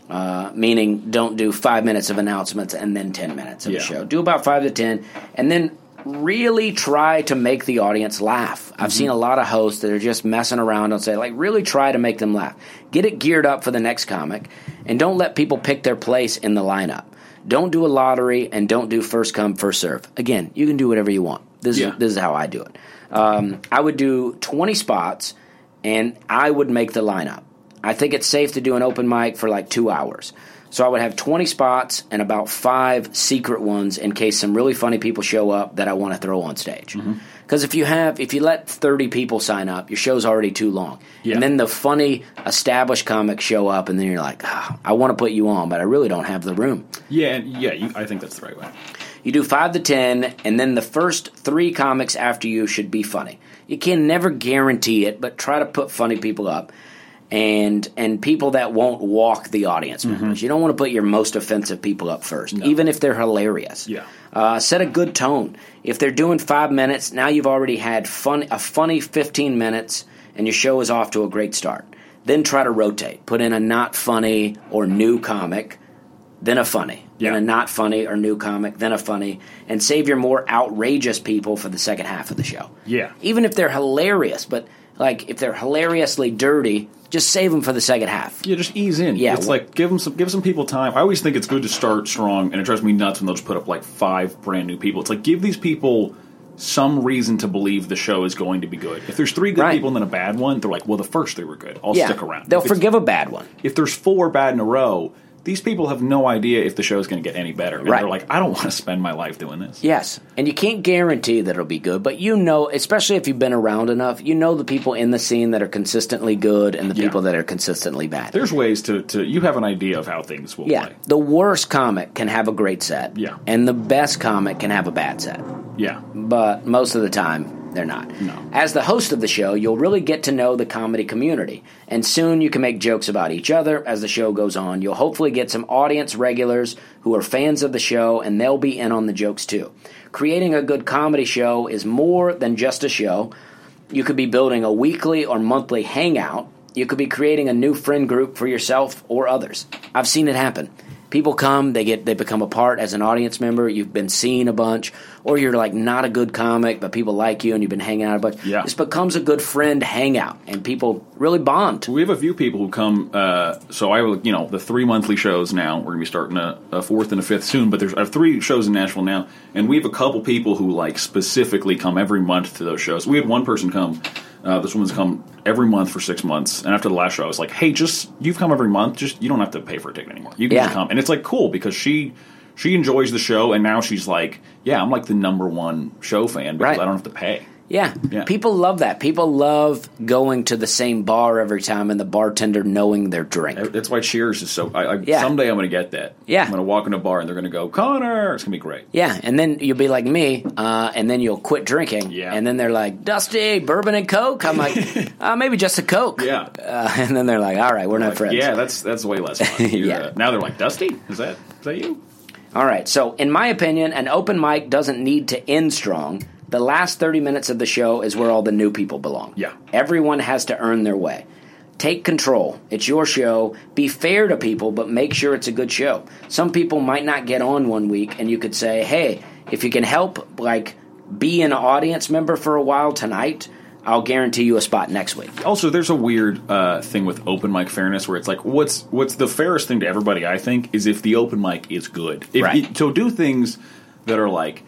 Speaker 2: uh, meaning don't do five minutes of announcements and then 10 minutes of
Speaker 3: Yeah.
Speaker 2: the show. Do about five to 10, and then really try to make the audience laugh. I've seen a lot of hosts that are just messing around and say, like, really try to make them laugh. Get it geared up for the next comic, and don't let people pick their place in the lineup. Don't do a lottery and don't do first come, first serve. Again, you can do whatever you want. This,
Speaker 3: Yeah.
Speaker 2: is, this is how I do it. Um, I would do 20 spots and I would make the lineup. I think it's safe to do an open mic for like two hours. So I would have 20 spots and about five secret ones in case some really funny people show up that I want to throw on stage. Because if you have, if you let 30 people sign up, your show's already too long.
Speaker 3: Yeah.
Speaker 2: And then the funny established comics show up, and then you're like, "Ah, I want to put you on, but I really don't have the room.
Speaker 3: yeah, and yeah. You, I think that's the right way.
Speaker 2: You do five to ten, and then the first three comics after you should be funny. You can never guarantee it, but try to put funny people up. And and people that won't walk the audience members. You don't want to put your most offensive people up first, even if they're hilarious.
Speaker 3: Yeah.
Speaker 2: Uh, set a good tone. If they're doing five minutes, now you've already had fun a funny fifteen minutes, and your show is off to a great start. Then try to rotate. Put in a not funny or new comic, then a funny,
Speaker 3: Yeah.
Speaker 2: then a not funny or new comic, then a funny, and save your more outrageous people for the second half of the show.
Speaker 3: Yeah.
Speaker 2: even if they're hilarious, but like if they're hilariously dirty, just save them for the second half.
Speaker 3: Yeah, just ease in.
Speaker 2: Yeah,
Speaker 3: it's
Speaker 2: well-
Speaker 3: like give them some give some people time. I always think it's good to start strong, and it drives me nuts when they'll just put up like five brand new people. It's like give these people some reason to believe the show is going to be good. If there's three good
Speaker 2: Right.
Speaker 3: people and then a bad one, they're like, well, the first three were good. I'll
Speaker 2: yeah,
Speaker 3: stick around.
Speaker 2: They'll
Speaker 3: If it's-
Speaker 2: forgive a bad one.
Speaker 3: If there's four bad in a row, these people have no idea if the show's going to get any better. And
Speaker 2: Right.
Speaker 3: They're like, I don't want to spend my life doing this.
Speaker 2: Yes, and you can't guarantee that it'll be good, but you know, especially if you've been around enough, you know the people in the scene that are consistently good and the
Speaker 3: Yeah.
Speaker 2: people that are consistently bad.
Speaker 3: There's ways to, to you have an idea of how things will
Speaker 2: yeah,
Speaker 3: play.
Speaker 2: the worst comic can have a great set,
Speaker 3: Yeah.
Speaker 2: and the best comic can have a bad set,
Speaker 3: Yeah.
Speaker 2: but most of the time they're not.
Speaker 3: No.
Speaker 2: As the host of the show, you'll really get to know the comedy community, and soon you can make jokes about each other as the show goes on. You'll hopefully get some audience regulars who are fans of the show, and they'll be in on the jokes too. Creating a good comedy show is more than just a show. You could be building a weekly or monthly hangout. You could be creating a new friend group for yourself or others. I've seen it happen. People come, they get they become a part as an audience member. You've been seen a bunch, or you're like not a good comic, but people like you and you've been hanging out a bunch.
Speaker 3: Yeah.
Speaker 2: This becomes a good friend hangout, and people really bond.
Speaker 3: We have a few people who come. Uh, so I will, you know, the three monthly shows now. We're gonna be starting a, a fourth and a fifth soon. But there's I have three shows in Nashville now, and we have a couple people who like specifically come every month to those shows. We had one person come. Uh, this woman's come every month for six months, and after the last show, I was like, "Hey, just you've come every month. Just you don't have to pay for a ticket anymore. You can
Speaker 2: Yeah.
Speaker 3: just come." And it's like cool because she she enjoys the show, and now she's like, "Yeah, I'm like the number one show fan because
Speaker 2: Right.
Speaker 3: I don't have to pay."
Speaker 2: Yeah.
Speaker 3: Yeah.
Speaker 2: People love that. People love going to the same bar every time and the bartender knowing their drink.
Speaker 3: That's why Cheers is so. I, I,
Speaker 2: Yeah.
Speaker 3: Someday I'm going to get that.
Speaker 2: Yeah.
Speaker 3: I'm going to walk in a bar and they're going to go, Connor. It's going to be great.
Speaker 2: Yeah, and then you'll be like me, uh, and then you'll quit drinking.
Speaker 3: Yeah.
Speaker 2: And then they're like, Dusty, bourbon and Coke? I'm like, uh, maybe just a Coke.
Speaker 3: Yeah.
Speaker 2: Uh, and then they're like, all right, we're not friends.
Speaker 3: Yeah, that's that's way less fun. You,
Speaker 2: Yeah.
Speaker 3: uh, now they're like, Dusty, is that is that you?
Speaker 2: All right, so in my opinion, an open mic doesn't need to end strong. The last 30 minutes of the show is where all the new people belong.
Speaker 3: Yeah.
Speaker 2: Everyone has to earn their way. Take control. It's your show. Be fair to people, but make sure it's a good show. Some people might not get on one week, and you could say, hey, if you can help, like, be an audience member for a while tonight, I'll guarantee you a spot next week.
Speaker 3: Also, there's a weird uh, thing with open mic fairness where it's like, what's what's the fairest thing to everybody? I think is if the open mic is good. If
Speaker 2: Right.
Speaker 3: you- so do things that are like.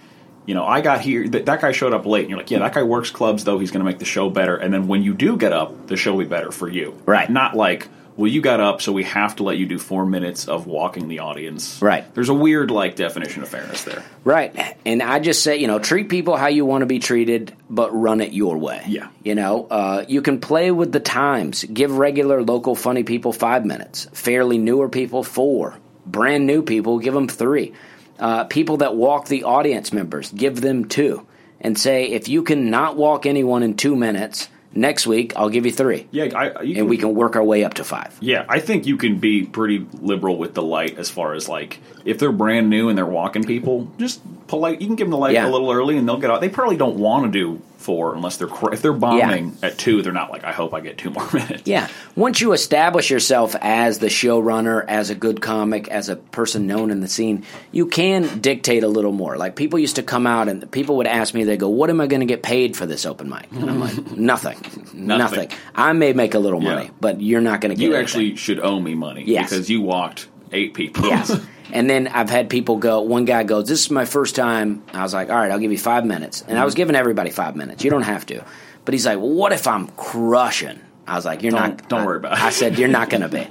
Speaker 3: You know, I got here. That, that guy showed up late, and you're like, "Yeah, that guy works clubs, though. He's going to make the show better." And then when you do get up, the show will be better for you,
Speaker 2: Right.
Speaker 3: Not like, "Well, you got up, so we have to let you do four minutes of walking the audience."
Speaker 2: Right.
Speaker 3: There's a weird like definition of fairness there.
Speaker 2: Right. And I just say, you know, treat people how you want to be treated, but run it your way.
Speaker 3: Yeah.
Speaker 2: You know, uh, you can play with the times. Give regular, local, funny people five minutes. Fairly newer people, four. Brand new people, give them three. Uh, people that walk the audience members, give them two. And say, if you can not walk anyone in two minutes, next week I'll give you three.
Speaker 3: Yeah, I, you
Speaker 2: And we can work our way up to five.
Speaker 3: Yeah, I think you can be pretty liberal with the light as far as like if they're brand new and they're walking people, just polite. You can give them the light
Speaker 2: Yeah.
Speaker 3: a little early and they'll get out. They probably don't want to do four unless they're cra- if they're bombing at two. They're not like I hope I get two more minutes.
Speaker 2: Yeah. Once you establish yourself as the showrunner, as a good comic, as a person known in the scene, you can dictate a little more. Like people used to come out and people would ask me, they go, What am I going to get paid for this open mic? And I'm like, Nothing. Nothing. I may make a little money,
Speaker 3: Yeah.
Speaker 2: but you're not going to get
Speaker 3: you
Speaker 2: anything."
Speaker 3: actually should owe me money
Speaker 2: Yes.
Speaker 3: because you walked eight people.
Speaker 2: Yeah. And then I've had people go, one guy goes, This is my first time. I was like, All right, I'll give you five minutes. And I
Speaker 3: Mm-hmm.
Speaker 2: was giving everybody five minutes. You don't have to. But he's like, Well, what if I'm crushing? I was like, You're
Speaker 3: Don't-
Speaker 2: not.
Speaker 3: don't
Speaker 2: I-
Speaker 3: worry about it.
Speaker 2: I said, You're not going to be.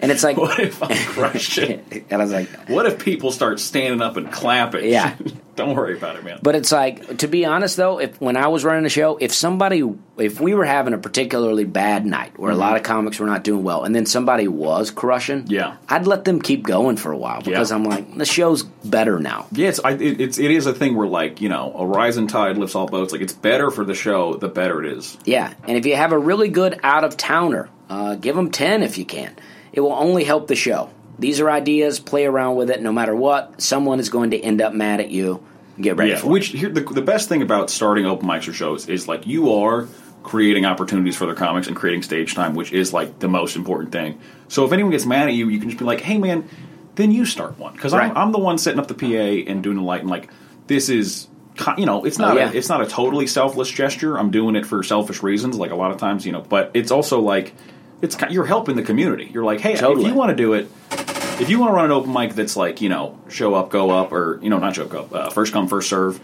Speaker 2: And it's like,
Speaker 3: what if I'm crushing?
Speaker 2: and I was like,
Speaker 3: what if people start standing up and clapping?
Speaker 2: Yeah.
Speaker 3: Don't worry about it, man.
Speaker 2: But it's like, to be honest though, if when I was running the show, if somebody, if we were having a particularly bad night
Speaker 3: Mm-hmm.
Speaker 2: where a lot of comics were not doing well, and then somebody was crushing,
Speaker 3: Yeah.
Speaker 2: I'd let them keep going for a while because I'm like, the show's better now.
Speaker 3: yeah, it's, I, it, it's it is a thing where like you know a rising tide lifts all boats. Like it's better for the show, the better it is.
Speaker 2: Yeah, and if you have a really good out of towner, uh, give them ten if you can. It will only help the show. These are ideas. Play around with it. No matter what, someone is going to end up mad at you. Get ready
Speaker 3: Yeah,
Speaker 2: for it.
Speaker 3: which here the, the best thing about starting open mics or shows is like you are creating opportunities for the comics and creating stage time, which is like the most important thing. So if anyone gets mad at you, you can just be like, "Hey, man, then you start one," because
Speaker 2: Right.
Speaker 3: I'm, I'm the one setting up the PA and doing the light, and like this is. co- You know, it's not
Speaker 2: Oh, yeah.
Speaker 3: a, it's not a totally selfless gesture. I'm doing it for selfish reasons, like a lot of times, you know. But it's also like it's ki- you're helping the community. You're like, hey,
Speaker 2: Totally.
Speaker 3: if you want to do it, if you want to run an open mic that's like you know show up go up or you know not show up uh, first come first serve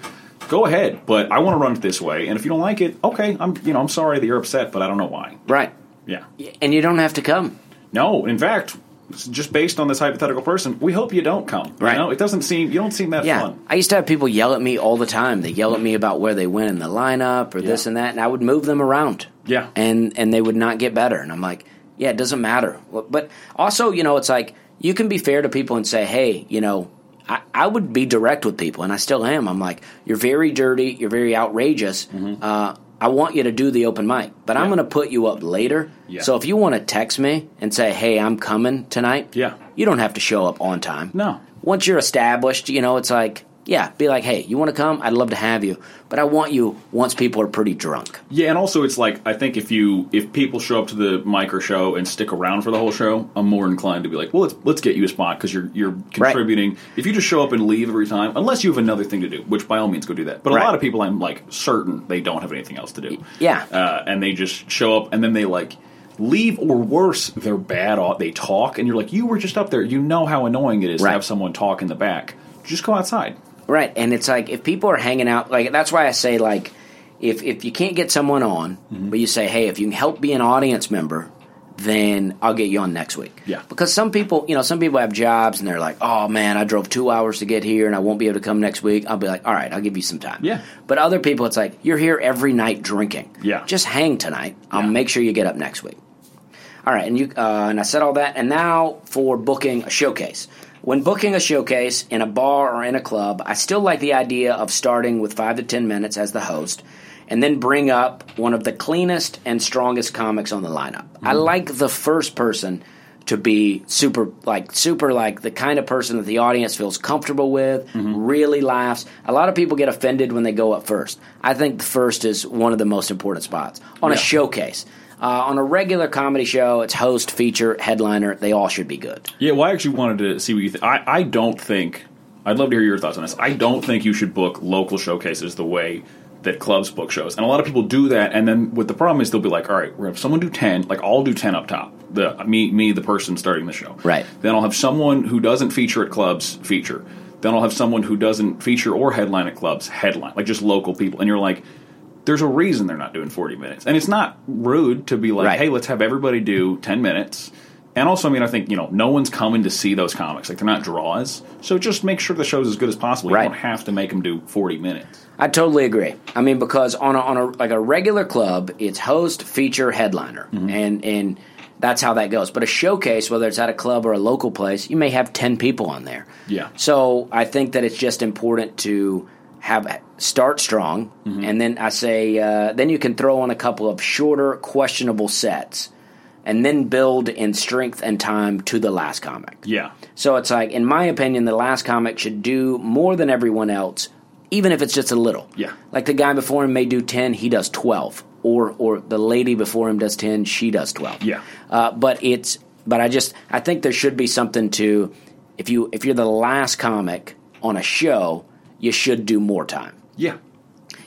Speaker 3: go ahead but i want to run it this way and if you don't like it okay i'm you know i'm sorry that you're upset but i don't know why
Speaker 2: Right,
Speaker 3: yeah
Speaker 2: and you don't have to come.
Speaker 3: no in fact it's just based on this hypothetical person we hope you don't come
Speaker 2: Right.
Speaker 3: you know it doesn't seem you don't seem that
Speaker 2: Yeah,
Speaker 3: fun
Speaker 2: I used to have people yell at me all the time. They yell at me about where they went in the lineup or this
Speaker 3: Yeah.
Speaker 2: and that, and I would move them around.
Speaker 3: Yeah.
Speaker 2: and and they would not get better. And I'm like, yeah, it doesn't matter. But also, you know, it's like you can be fair to people and say, hey, you know, I, I would be direct with people, and I still am. I'm like, you're very dirty, you're very outrageous. Uh, I want you to do the open mic, but I'm
Speaker 3: Mm-hmm. Yeah.
Speaker 2: going to put you up later.
Speaker 3: Yeah.
Speaker 2: So if you want to text me and say, hey, I'm coming tonight,
Speaker 3: Yeah.
Speaker 2: you don't have to show up on time
Speaker 3: no
Speaker 2: once you're established, you know, it's like, yeah, be like, hey, you want to come? I'd love to have you, but I want you once people are pretty drunk.
Speaker 3: Yeah, and also it's like I think if you if people show up to the mic or show and stick around for the whole show, I'm more inclined to be like, well, let's let's get you a spot because you're you're contributing. If you just show up and leave every time, unless you have another thing to do, which by all means go do that. But
Speaker 2: Right.
Speaker 3: a lot of people, I'm like certain they don't have anything else to do.
Speaker 2: yeah.
Speaker 3: uh, and they just show up and then they like leave or worse, they're bad. au- They talk and you're like, you were just up there. You know how annoying it is
Speaker 2: Right.
Speaker 3: to have someone talk in the back. Just go outside.
Speaker 2: Right. And it's like if people are hanging out, like that's why I say like if if you can't get someone on,
Speaker 3: Mm-hmm.
Speaker 2: but you say, "Hey, if you can help be an audience member, then I'll get you on next week."
Speaker 3: Yeah.
Speaker 2: Because some people, you know, some people have jobs and they're like, "Oh man, I drove 2 hours to get here and I won't be able to come next week." I'll be like, "All right, I'll give you some time."
Speaker 3: Yeah.
Speaker 2: But other people it's like, "You're here every night drinking."
Speaker 3: Yeah.
Speaker 2: Just hang tonight. I'll
Speaker 3: Yeah.
Speaker 2: make sure you get up next week. All right, and you uh, and I said all that, and now for booking a showcase. When booking a showcase in a bar or in a club, I still like the idea of starting with five to ten minutes as the host, and then bring up one of the cleanest and strongest comics on the lineup. I
Speaker 3: Mm.
Speaker 2: like the first person to be super like super like the kind of person that the audience feels comfortable with really laughs a lot of people get offended when they go up first i think the first is one of the most important spots on a
Speaker 3: Yeah.
Speaker 2: showcase uh, on a regular comedy show, it's host, feature, headliner. They all should be good.
Speaker 3: Yeah, well, I actually wanted to see what you think. I, I don't think. I'd love to hear your thoughts on this. I don't think you should book local showcases the way that clubs book shows. And a lot of people do that, and then what the problem is, they'll be like, all right, we're gonna have someone do 10, like I'll do 10 up top. The Me, me the person starting the show.
Speaker 2: Right.
Speaker 3: Then I'll have someone who doesn't feature at clubs feature. Then I'll have someone who doesn't feature or headline at clubs headline, like just local people. And you're like, there's a reason they're not doing 40 minutes. And it's not rude to be like,
Speaker 2: Right.
Speaker 3: hey, let's have everybody do 10 minutes. And also, I mean, I think, you know, no one's coming to see those comics. Like, they're not draws. So just make sure the show's as good as possible.
Speaker 2: Right.
Speaker 3: You don't have to make them do 40 minutes.
Speaker 2: I totally agree. I mean, because on a, on a like a regular club, it's host, feature, headliner, and and that's how that goes. But a showcase, whether it's at a club or a local place, you may have ten people on there.
Speaker 3: Yeah.
Speaker 2: So I think that it's just important to have start strong, and then I say uh, then you can throw on a couple of shorter, questionable sets, and then build in strength and time to the last comic.
Speaker 3: Yeah.
Speaker 2: So it's like, in my opinion, the last comic should do more than everyone else, even if it's just a little.
Speaker 3: Yeah.
Speaker 2: Like the guy before him may do ten, he does twelve, or or the lady before him does ten, she does twelve.
Speaker 3: Yeah.
Speaker 2: Uh, but it's but I just I think there should be something to if you if you're the last comic on a show, you should do more time.
Speaker 3: Yeah.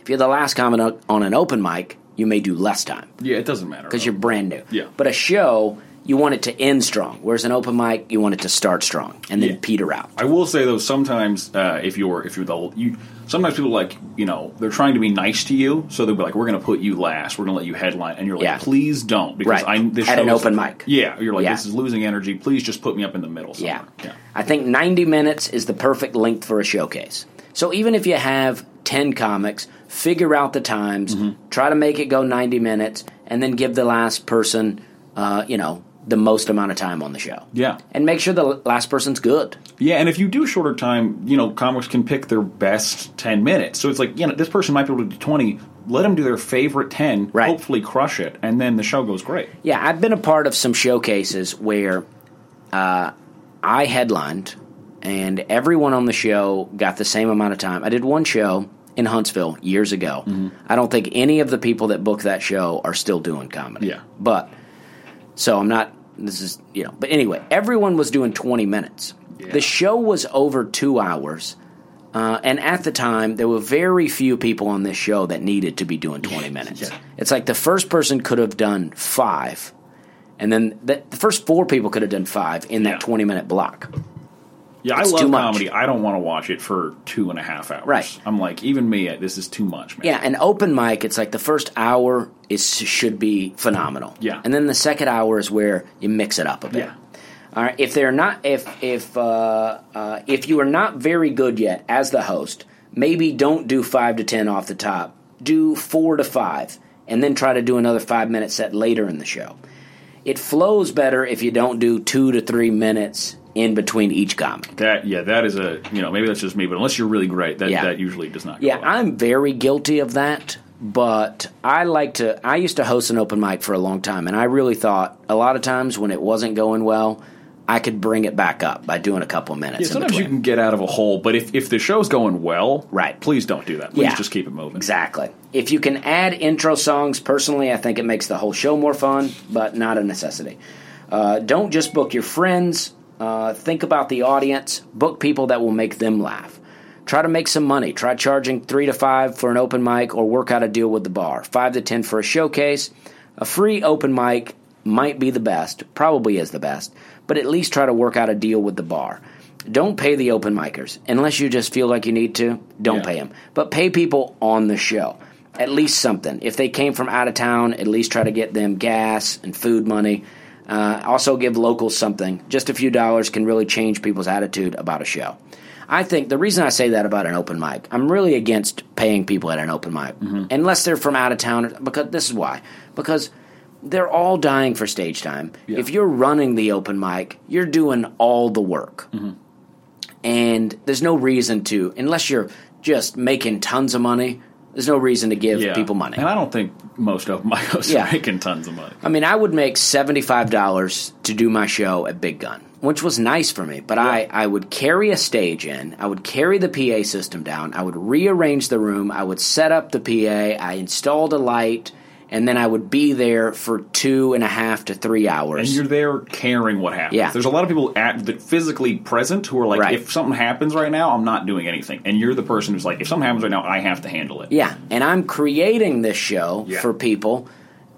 Speaker 2: If you're the last comic on- on an open mic, you may do less time
Speaker 3: Yeah, it doesn't matter.
Speaker 2: because you're brand new.
Speaker 3: Yeah.
Speaker 2: But a show, you want it to end strong, whereas an open mic, you want it to start strong and then
Speaker 3: Yeah.
Speaker 2: peter out.
Speaker 3: I will say though, sometimes uh, if you're if you're the you, sometimes people like you know they're trying to be nice to you, so they'll be like, "We're going to put you last. We're going to let you headline," and you're like,
Speaker 2: Yeah.
Speaker 3: "Please don't," because
Speaker 2: Right.
Speaker 3: I'm this
Speaker 2: At an
Speaker 3: show is-
Speaker 2: open mic.
Speaker 3: Yeah, you're like,
Speaker 2: Yeah.
Speaker 3: "This is losing energy. Please just put me up in the middle." Somewhere.
Speaker 2: Yeah. I think 90 minutes is the perfect length for a showcase. So even if you have 10 comics, figure out the times, try to make it go 90 minutes, and then give the last person, uh, you know, the most amount of time on the show.
Speaker 3: Yeah.
Speaker 2: And make sure the l- last person's good.
Speaker 3: Yeah, and if you do shorter time, you know, comics can pick their best 10 minutes. So it's like, you know, this person might be able to do 20. Let them do their favorite 10,
Speaker 2: Right.
Speaker 3: hopefully crush it, and then the show goes great.
Speaker 2: Yeah, I've been a part of some showcases where uh, I headlined, and everyone on the show got the same amount of time. I did one show in Huntsville years ago. I don't think any of the people that booked that show are still doing comedy.
Speaker 3: Yeah.
Speaker 2: but so I'm not. This is you know. But anyway, everyone was doing 20 minutes. The show was over two hours. Uh, and at the time, there were very few people on this show that needed to be doing 20 minutes. It's like the first person could have done five, and then the, the first four people could have done five in
Speaker 3: Yeah.
Speaker 2: that 20 minute block.
Speaker 3: Yeah,
Speaker 2: It's
Speaker 3: I love
Speaker 2: too much.
Speaker 3: comedy. I don't want to watch it for two and a half hours.
Speaker 2: Right.
Speaker 3: I'm like, even me, uh, this is too much, man.
Speaker 2: Yeah, an open mic, it's like the first hour is should be phenomenal.
Speaker 3: Yeah.
Speaker 2: And then the second hour is where you mix it up a bit.
Speaker 3: Yeah.
Speaker 2: All right. If they're not, if if uh, uh, if you are not very good yet as the host, maybe don't do five to ten off the top. Do four to five, and then try to do another five minute set later in the show. It flows better if you don't do two to three minutes in between each comic.
Speaker 3: That, yeah, that is a, you know, maybe that's just me, but unless you're really great, that,
Speaker 2: Yeah.
Speaker 3: that usually does not go
Speaker 2: Yeah,
Speaker 3: well.
Speaker 2: I'm very guilty of that, but I like to. I used to host an open mic for a long time, and I really thought a lot of times when it wasn't going well, I could bring it back up by doing a couple minutes.
Speaker 3: Yeah,
Speaker 2: in
Speaker 3: sometimes you
Speaker 2: between.
Speaker 3: can get out of a hole, but if, if the show's going well,
Speaker 2: Right.
Speaker 3: please don't do that. Please
Speaker 2: Yeah.
Speaker 3: just keep it moving.
Speaker 2: Exactly. If you can add intro songs, personally, I think it makes the whole show more fun, but not a necessity. Uh, don't just book your friends. Uh, think about the audience. Book people that will make them laugh. Try to make some money. Try charging three to five for an open mic, or work out a deal with the bar. Five to ten for a showcase. A free open mic might be the best. Probably is the best, but at least try to work out a deal with the bar. Don't pay the open micers unless you just feel like you need to. Don't
Speaker 3: Yeah.
Speaker 2: pay 'em. pay them, but pay people on the show at least something. If they came from out of town, at least try to get them gas and food money. Uh, also, give locals something. Just a few dollars can really change people's attitude about a show. I think the reason I say that about an open mic, I'm really against paying people at an open mic unless they're from out of town. Because this is why, because they're all dying for stage time. If you're running the open mic, you're doing all the work and there's no reason to unless you're just making tons of money there's no reason to give
Speaker 3: Yeah.
Speaker 2: people money
Speaker 3: And I don't think most open micos
Speaker 2: Yeah.
Speaker 3: are making tons of money.
Speaker 2: i mean i would make $75 to do my show at big gun which was nice for me but I, I would carry a stage in i would carry the pa system down i would rearrange the room i would set up the pa i installed a light and then i would be there for two and a half to three hours
Speaker 3: and you're there caring what happens.
Speaker 2: Yeah.
Speaker 3: There's a lot of people at that physically present who are like,
Speaker 2: Right.
Speaker 3: if something happens right now, I'm not doing anything. And you're the person who's like, if something happens right now, I have to handle it.
Speaker 2: Yeah, and I'm creating this show
Speaker 3: Yeah.
Speaker 2: for people,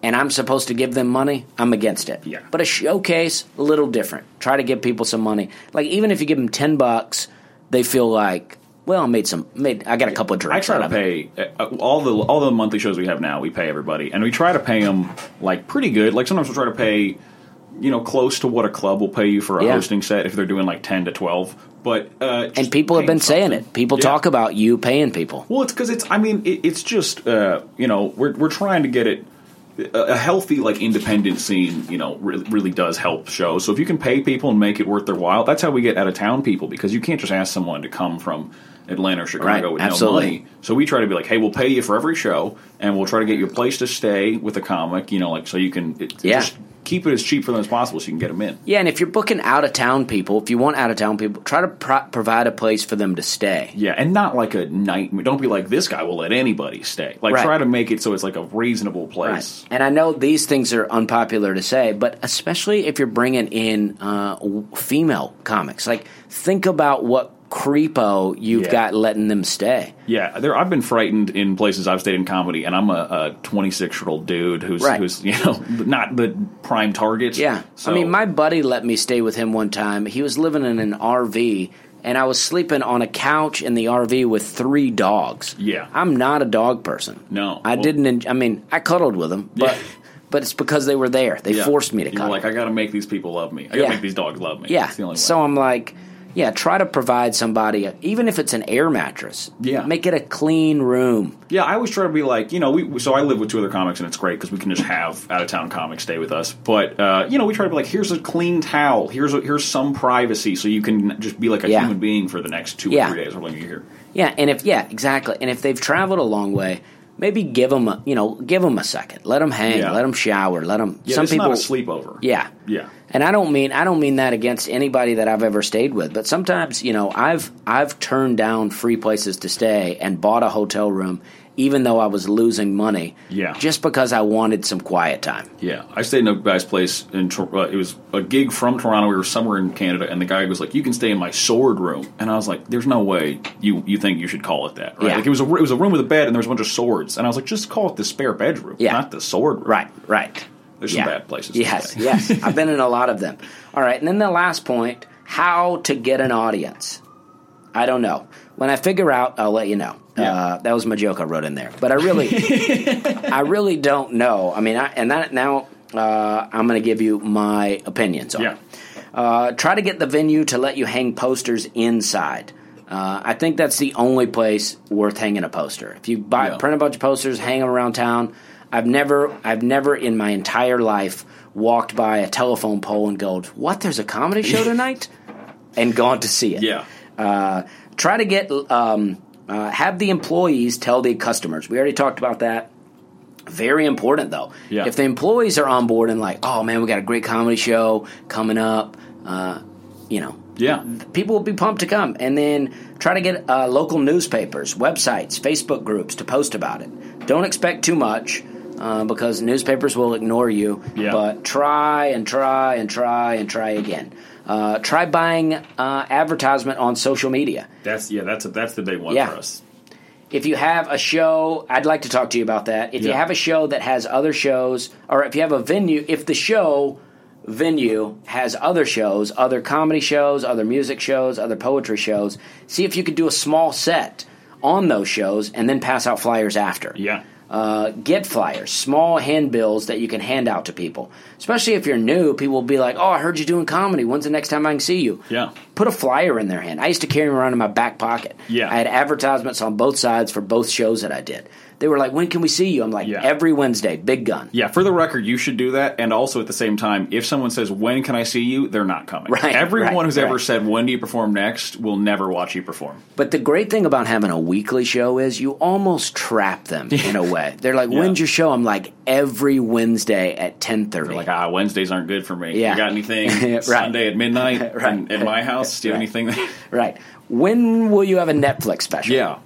Speaker 2: and I'm supposed to give them money. I'm against it.
Speaker 3: Yeah.
Speaker 2: But a showcase, a little different. Try to give people some money. Like even if you give them ten bucks, they feel like, well, I made some. Made I got a couple of
Speaker 3: I
Speaker 2: drinks.
Speaker 3: try
Speaker 2: out
Speaker 3: to
Speaker 2: of it.
Speaker 3: pay uh, all the all the monthly shows we have now. We pay everybody, and we try to pay them like pretty good. Like sometimes we'll try to pay, you know, close to what a club will pay you for a
Speaker 2: Yeah.
Speaker 3: hosting set if they're doing like ten to twelve. But uh, just
Speaker 2: And people have
Speaker 3: paying
Speaker 2: been saying
Speaker 3: something.
Speaker 2: it. People
Speaker 3: Yeah.
Speaker 2: talk about you paying people.
Speaker 3: Well, it's because it's. I mean, it, it's just uh, you know we're we're trying to get it a, a healthy like independent scene. You know, really, really does help shows. So if you can pay people and make it worth their while, that's how we get out of town people because you can't just ask someone to come from Atlanta or Chicago
Speaker 2: Right,
Speaker 3: with
Speaker 2: absolutely.
Speaker 3: no money. So we try to be like, hey, we'll pay you for every show, and we'll try to get you a place to stay with a comic. You know, like so you can it,
Speaker 2: Yeah.
Speaker 3: just keep it as cheap for them as possible so you can get them in.
Speaker 2: Yeah, and if you're booking out of town people, if you want out of town people, try to pro- provide a place for them to stay.
Speaker 3: Yeah, and not like a nightmare. Don't be like this guy will let anybody stay. Like
Speaker 2: Right.
Speaker 3: try to make it so it's like a reasonable place.
Speaker 2: Right. And I know these things are unpopular to say, but especially if you're bringing in uh, w- female comics, like think about what creepo you've
Speaker 3: Yeah.
Speaker 2: got letting them stay.
Speaker 3: Yeah, there. I've been frightened in places I've stayed in comedy, and I'm a 26 year old dude who's
Speaker 2: Right.
Speaker 3: who's you know not the prime target.
Speaker 2: Yeah.
Speaker 3: So,
Speaker 2: I mean, my buddy let me stay with him one time. He was living in an RV, and I was sleeping on a couch in the RV with three dogs.
Speaker 3: Yeah.
Speaker 2: I'm not a dog person.
Speaker 3: No.
Speaker 2: I
Speaker 3: Well-
Speaker 2: didn't. En- I mean, I cuddled with them, but
Speaker 3: Yeah.
Speaker 2: but it's because they were there. They
Speaker 3: yeah.
Speaker 2: forced me to
Speaker 3: You're
Speaker 2: cuddle.
Speaker 3: Like I got to make these people love me. I got to
Speaker 2: Yeah.
Speaker 3: make these dogs love me.
Speaker 2: Yeah.
Speaker 3: That's the only way.
Speaker 2: So I'm like, yeah, try to provide somebody, even if it's an air mattress.
Speaker 3: Yeah.
Speaker 2: Make it a clean room.
Speaker 3: Yeah, I always try to be like, you know, we so I live with two other comics and it's great because we can just have out of town comics stay with us. But uh, you know, we try to be like, here's a clean towel, here's a, here's some privacy, so you can just be like a
Speaker 2: Yeah.
Speaker 3: human being for the next two
Speaker 2: Yeah.
Speaker 3: or three days or whatever you're here.
Speaker 2: Yeah, and if yeah, exactly. And if they've traveled a long way, maybe give them a, you know, give them a second. Let them hang,
Speaker 3: Yeah.
Speaker 2: let them shower, let them
Speaker 3: Yeah,
Speaker 2: some
Speaker 3: it's
Speaker 2: people
Speaker 3: not a sleepover.
Speaker 2: Yeah.
Speaker 3: yeah,
Speaker 2: And I don't mean I don't mean that against anybody that I've ever stayed with, but sometimes, you know, I've I've turned down free places to stay and bought a hotel room even though I was losing money.
Speaker 3: Yeah.
Speaker 2: Just because I wanted some quiet time.
Speaker 3: Yeah, I stayed in a guy's place in Tor- uh, it was a gig from Toronto. We were somewhere in Canada, and the guy was like, "You can stay in my sword room," and I was like, "There's no way you you think you should call it that, right?"
Speaker 2: Yeah.
Speaker 3: Like it was a it was a room with a bed, and there was a bunch of swords, and I was like, "Just call it the spare bedroom,
Speaker 2: Yeah.
Speaker 3: not the sword room."
Speaker 2: Right, right.
Speaker 3: There's some bad places to
Speaker 2: Yes,
Speaker 3: stay.
Speaker 2: yes. I've been in a lot of them. All right, and then the last point how to get an audience. I don't know. When I figure out, I'll let you know.
Speaker 3: Yeah.
Speaker 2: Uh, that was my joke I wrote in there, but I really, I really don't know. I mean, I, and that now uh, I'm going to give you my opinions on. it.
Speaker 3: Yeah.
Speaker 2: Uh, try to get the venue to let you hang posters inside. Uh, I think that's the only place worth hanging a poster. If you buy
Speaker 3: Yeah.
Speaker 2: print a bunch of posters, hang them around town. I've never, I've never in my entire life walked by a telephone pole and go, "What? There's a comedy show tonight," and gone to see it.
Speaker 3: Yeah.
Speaker 2: Uh, try to get um, uh, have the employees tell the customers. We already talked about that. Very important though.
Speaker 3: Yeah.
Speaker 2: If the employees are on board and like, oh man, we got a great comedy show coming up, uh, you know,
Speaker 3: Yeah.
Speaker 2: people will be pumped to come. And then try to get uh, local newspapers, websites, Facebook groups to post about it. Don't expect too much uh, because newspapers will ignore you.
Speaker 3: Yeah.
Speaker 2: But try and try and try and try again. Uh, try buying uh, advertisement on social media.
Speaker 3: That's yeah. That's a, that's the big one
Speaker 2: Yeah.
Speaker 3: for us.
Speaker 2: If you have a show, I'd like to talk to you about that. If you
Speaker 3: Yeah.
Speaker 2: have a show that has other shows, or if you have a venue, if the show venue has other shows, other comedy shows, other music shows, other poetry shows, see if you could do a small set on those shows and then pass out flyers after.
Speaker 3: Yeah.
Speaker 2: Uh, get flyers, small handbills that you can hand out to people. Especially if you're new, people will be like, "Oh, I heard you doing comedy. When's the next time I can see you?"
Speaker 3: Yeah.
Speaker 2: Put a flyer in their hand. I used to carry them around in my back pocket.
Speaker 3: Yeah.
Speaker 2: I had advertisements on both sides for both shows that I did. They were like, "When can we see you?" I'm like,
Speaker 3: Yeah.
Speaker 2: "Every Wednesday, Big Gun."
Speaker 3: Yeah, for the record, you should do that. And also at the same time, if someone says, When can I see you? they're not coming.
Speaker 2: Right,
Speaker 3: Everyone
Speaker 2: right,
Speaker 3: who's ever
Speaker 2: right.
Speaker 3: said, When do you perform next? will never watch you perform.
Speaker 2: But the great thing about having a weekly show is you almost trap them in a way. They're like, "When's your show?" I'm like, "Every Wednesday at 10:30."
Speaker 3: They're like, ah, Wednesdays aren't good for me.
Speaker 2: Yeah.
Speaker 3: You got anything
Speaker 2: Right.
Speaker 3: Sunday at midnight
Speaker 2: Right.
Speaker 3: in- at my house? Do you have anything?
Speaker 2: right. When will you have a Netflix special?
Speaker 3: yeah.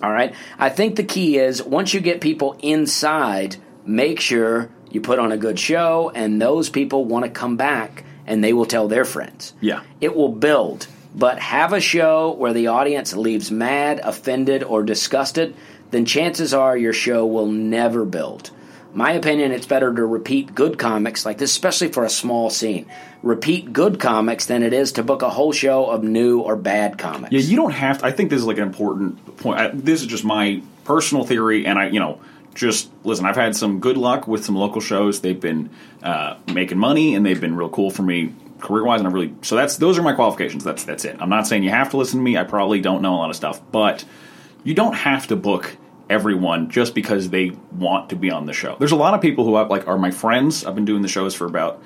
Speaker 2: All right. I think the key is once you get people inside, make sure you put on a good show, and those people want to come back and they will tell their friends.
Speaker 3: Yeah.
Speaker 2: It will build, but have a show where the audience leaves mad, offended, or disgusted, then chances are your show will never build. My opinion, it's better to repeat good comics like this, especially for a small scene. Repeat good comics than it is to book a whole show of new or bad comics.
Speaker 3: Yeah, you don't have to. I think this is like an important point. I, this is just my personal theory, and I, you know, just listen. I've had some good luck with some local shows. They've been uh, making money, and they've been real cool for me career wise. And I really so that's those are my qualifications. That's that's it. I'm not saying you have to listen to me. I probably don't know a lot of stuff, but you don't have to book everyone just because they want to be on the show. There's a lot of people who I, like are my friends. I've been doing the shows for about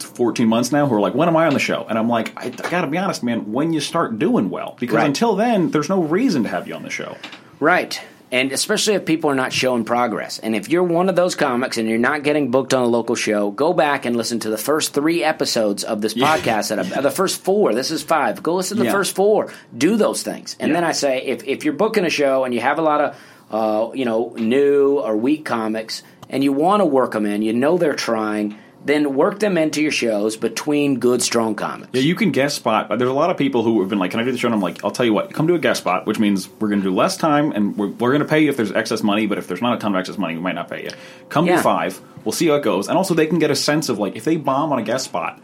Speaker 3: 14 months now who are like, when am I on the show? And I'm like, I, I gotta be honest, man, when you start doing well. Because
Speaker 2: Right.
Speaker 3: until then, there's no reason to have you on the show.
Speaker 2: Right. And especially if people are not showing progress. And if you're one of those comics and you're not getting booked on a local show, go back and listen to the first three episodes of this podcast. That I, the first four, this is five. Go listen to the
Speaker 3: Yeah.
Speaker 2: first four. Do those things. And
Speaker 3: Yeah.
Speaker 2: then I say, if, if you're booking a show and you have a lot of, uh, you know, new or weak comics and you want to work them in, you know they're trying, then work them into your shows between good, strong comics.
Speaker 3: Yeah, you can guest spot. But there's a lot of people who have been like, "Can I do the show?" And I'm like, "I'll tell you what. Come do a guest spot, which means we're going to do less time, and we're, we're going to pay you if there's excess money. But if there's not a ton of excess money, we might not pay you. Come
Speaker 2: Yeah.
Speaker 3: do five. We'll see how it goes. And also, they can get a sense of like if they bomb on a guest spot.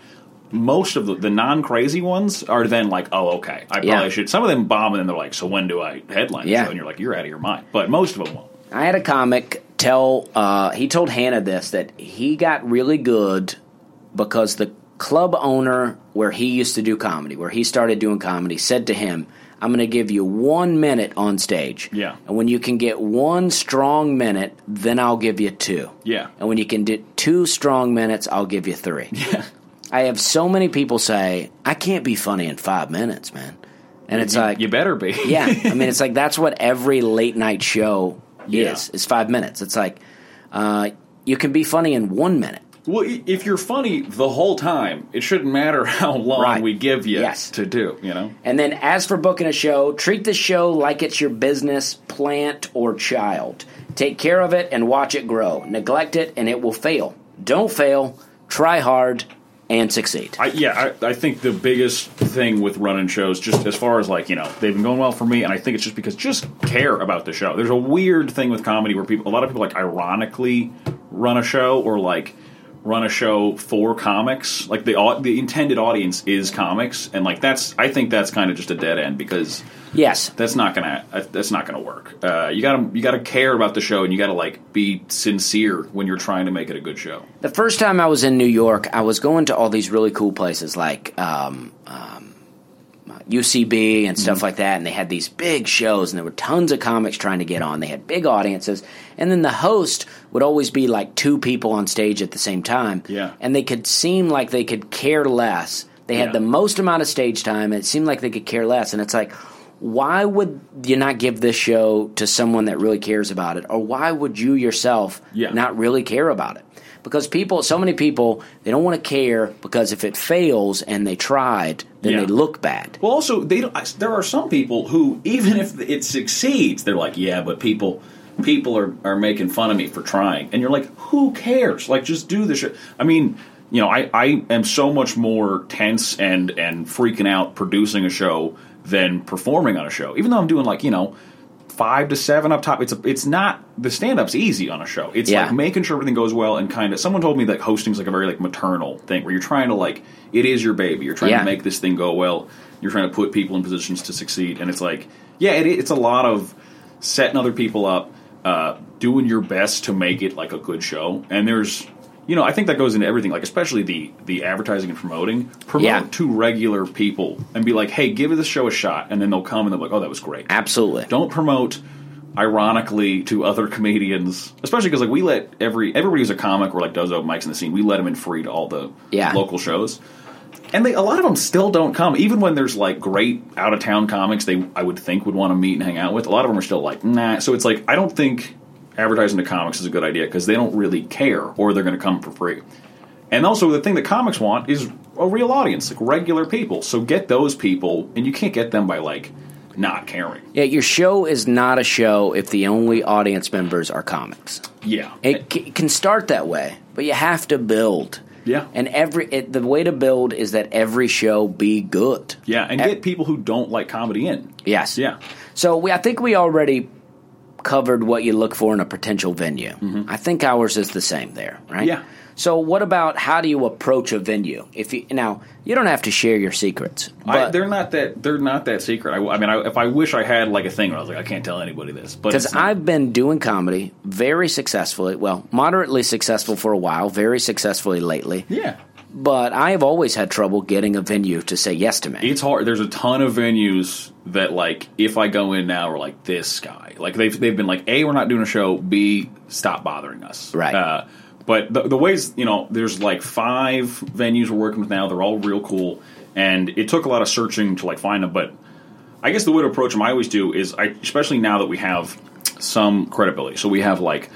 Speaker 3: Most of the, the non crazy ones are then like, oh, okay, I probably
Speaker 2: Yeah.
Speaker 3: should. Some of them bomb, and then they're like, so when do I headline? the
Speaker 2: Yeah.
Speaker 3: show? and you're like, you're out of your mind. But most of them won't.
Speaker 2: I had a comic tell uh, he told Hannah this that he got really good because the club owner where he used to do comedy, where he started doing comedy, said to him, I'm going to give you one minute on stage.
Speaker 3: Yeah.
Speaker 2: And when you can get one strong minute, then I'll give you two.
Speaker 3: Yeah.
Speaker 2: And when you can do two strong minutes, I'll give you three. Yeah. I have so many people say, I can't be funny in five minutes, man. And it's like,
Speaker 3: you better be.
Speaker 2: yeah. I mean, it's like that's what every late night show
Speaker 3: Yeah.
Speaker 2: is, is five minutes. It's like, uh, you can be funny in one minute.
Speaker 3: Well, i- if you're funny the whole time, it shouldn't matter how long
Speaker 2: Right.
Speaker 3: we give you
Speaker 2: Yes.
Speaker 3: to do. You know.
Speaker 2: And then, as for booking a show, treat the show like it's your business, plant, or child. Take care of it and watch it grow. Neglect it and it will fail. Don't fail, try hard, and succeed.
Speaker 3: I, yeah, I, I think the biggest thing with running shows, just as far as like you know, they've been going well for me, and I think it's just because just care about the show. There's a weird thing with comedy where people, a lot of people, like ironically run a show or like run a show for comics. Like the au- the intended audience is comics, and like that's I think that's kind of just a dead end because
Speaker 2: Yes.
Speaker 3: that's not gonna uh, that's not gonna work. Uh, you gotta you gotta care about the show, and you gotta like be sincere when you're trying to make it a good show.
Speaker 2: The first time I was in New York, I was going to all these really cool places like um, um, UCB and
Speaker 3: Mm-hmm.
Speaker 2: stuff like that, and they had these big shows, and there were tons of comics trying to get on. They had big audiences, and then the host would always be like two people on stage at the same time.
Speaker 3: Yeah.
Speaker 2: and they could seem like they could care less. They had
Speaker 3: Yeah.
Speaker 2: the most amount of stage time, and it seemed like they could care less. And it's like, why would you not give this show to someone that really cares about it, or why would you yourself
Speaker 3: Yeah.
Speaker 2: not really care about it. Because people, so many people, they don't want to care because if it fails and they tried, then
Speaker 3: Yeah.
Speaker 2: they look bad.
Speaker 3: Well, also they don't, I- there are some people who even if it succeeds, they're like, yeah, but people people are, are making fun of me for trying, and you're like, who cares? Like, just do the shit. I mean, you know, I I am so much more tense and and freaking out producing a show than performing on a show, even though I'm doing like you know. Five to seven up top. It's a, it's not the stand up's easy on a show. It's
Speaker 2: Yeah.
Speaker 3: like making sure everything goes well and kind of. Someone told me that hosting's like a very like maternal thing where you're trying to like it is your baby. You're trying
Speaker 2: Yeah.
Speaker 3: to make this thing go well. You're trying to put people in positions to succeed, and it's like, yeah, it, it's a lot of setting other people up, uh, doing your best to make it like a good show. And there's, you know, I think that goes into everything, like especially the the advertising and promoting. Promote
Speaker 2: Yeah.
Speaker 3: to regular people and be like, hey, give this show a shot, and then they'll come and they'll be like, oh, that was great.
Speaker 2: Absolutely.
Speaker 3: Don't promote ironically to other comedians, especially because like we let every everybody who's a comic or like does open mics in the scene, we let them in free to all the
Speaker 2: Yeah.
Speaker 3: local shows. And they, a lot of them still don't come, even when there's like great out of town comics. They I would think would want to meet and hang out with. A lot of them are still like nah. So it's like I don't think advertising to comics is a good idea because they don't really care, or they're going to come for free. And also, the thing that comics want is a real audience, like regular people. So get those people, and you can't get them by like not caring.
Speaker 2: Yeah, your show is not a show if the only audience members are comics.
Speaker 3: Yeah.
Speaker 2: It c- can start that way, but you have to build.
Speaker 3: Yeah.
Speaker 2: And every it, the way to build is that every show be good.
Speaker 3: yeah, and
Speaker 2: E-
Speaker 3: get people who don't like comedy in.
Speaker 2: Yes.
Speaker 3: Yeah.
Speaker 2: So we, I think we already covered what you look for in a potential venue. I think ours is the same there, right?
Speaker 3: Mm-hmm. Yeah.
Speaker 2: So what about how do you approach a venue? If you now you don't have to share your secrets,
Speaker 3: I,
Speaker 2: but
Speaker 3: they're not that they're not that secret. I, I mean, I, if I wish I had like a thing where I was like, I can't tell anybody this, but
Speaker 2: because
Speaker 3: it's not-
Speaker 2: I've been doing comedy very successfully, well, moderately successful for a while, very successfully lately,
Speaker 3: yeah,
Speaker 2: but I have always had trouble getting a venue to say yes to me.
Speaker 3: it's hard. There's a ton of venues that like if I go in now, we're like this guy. Like they've they've been like, a we're not doing a show. B stop bothering us.
Speaker 2: Right.
Speaker 3: Uh, but the, the ways you know, there's like five venues we're working with now. They're all real cool, and it took a lot of searching to like find them. But I guess the way to approach them I always do is I, especially now that we have some credibility. So we have like,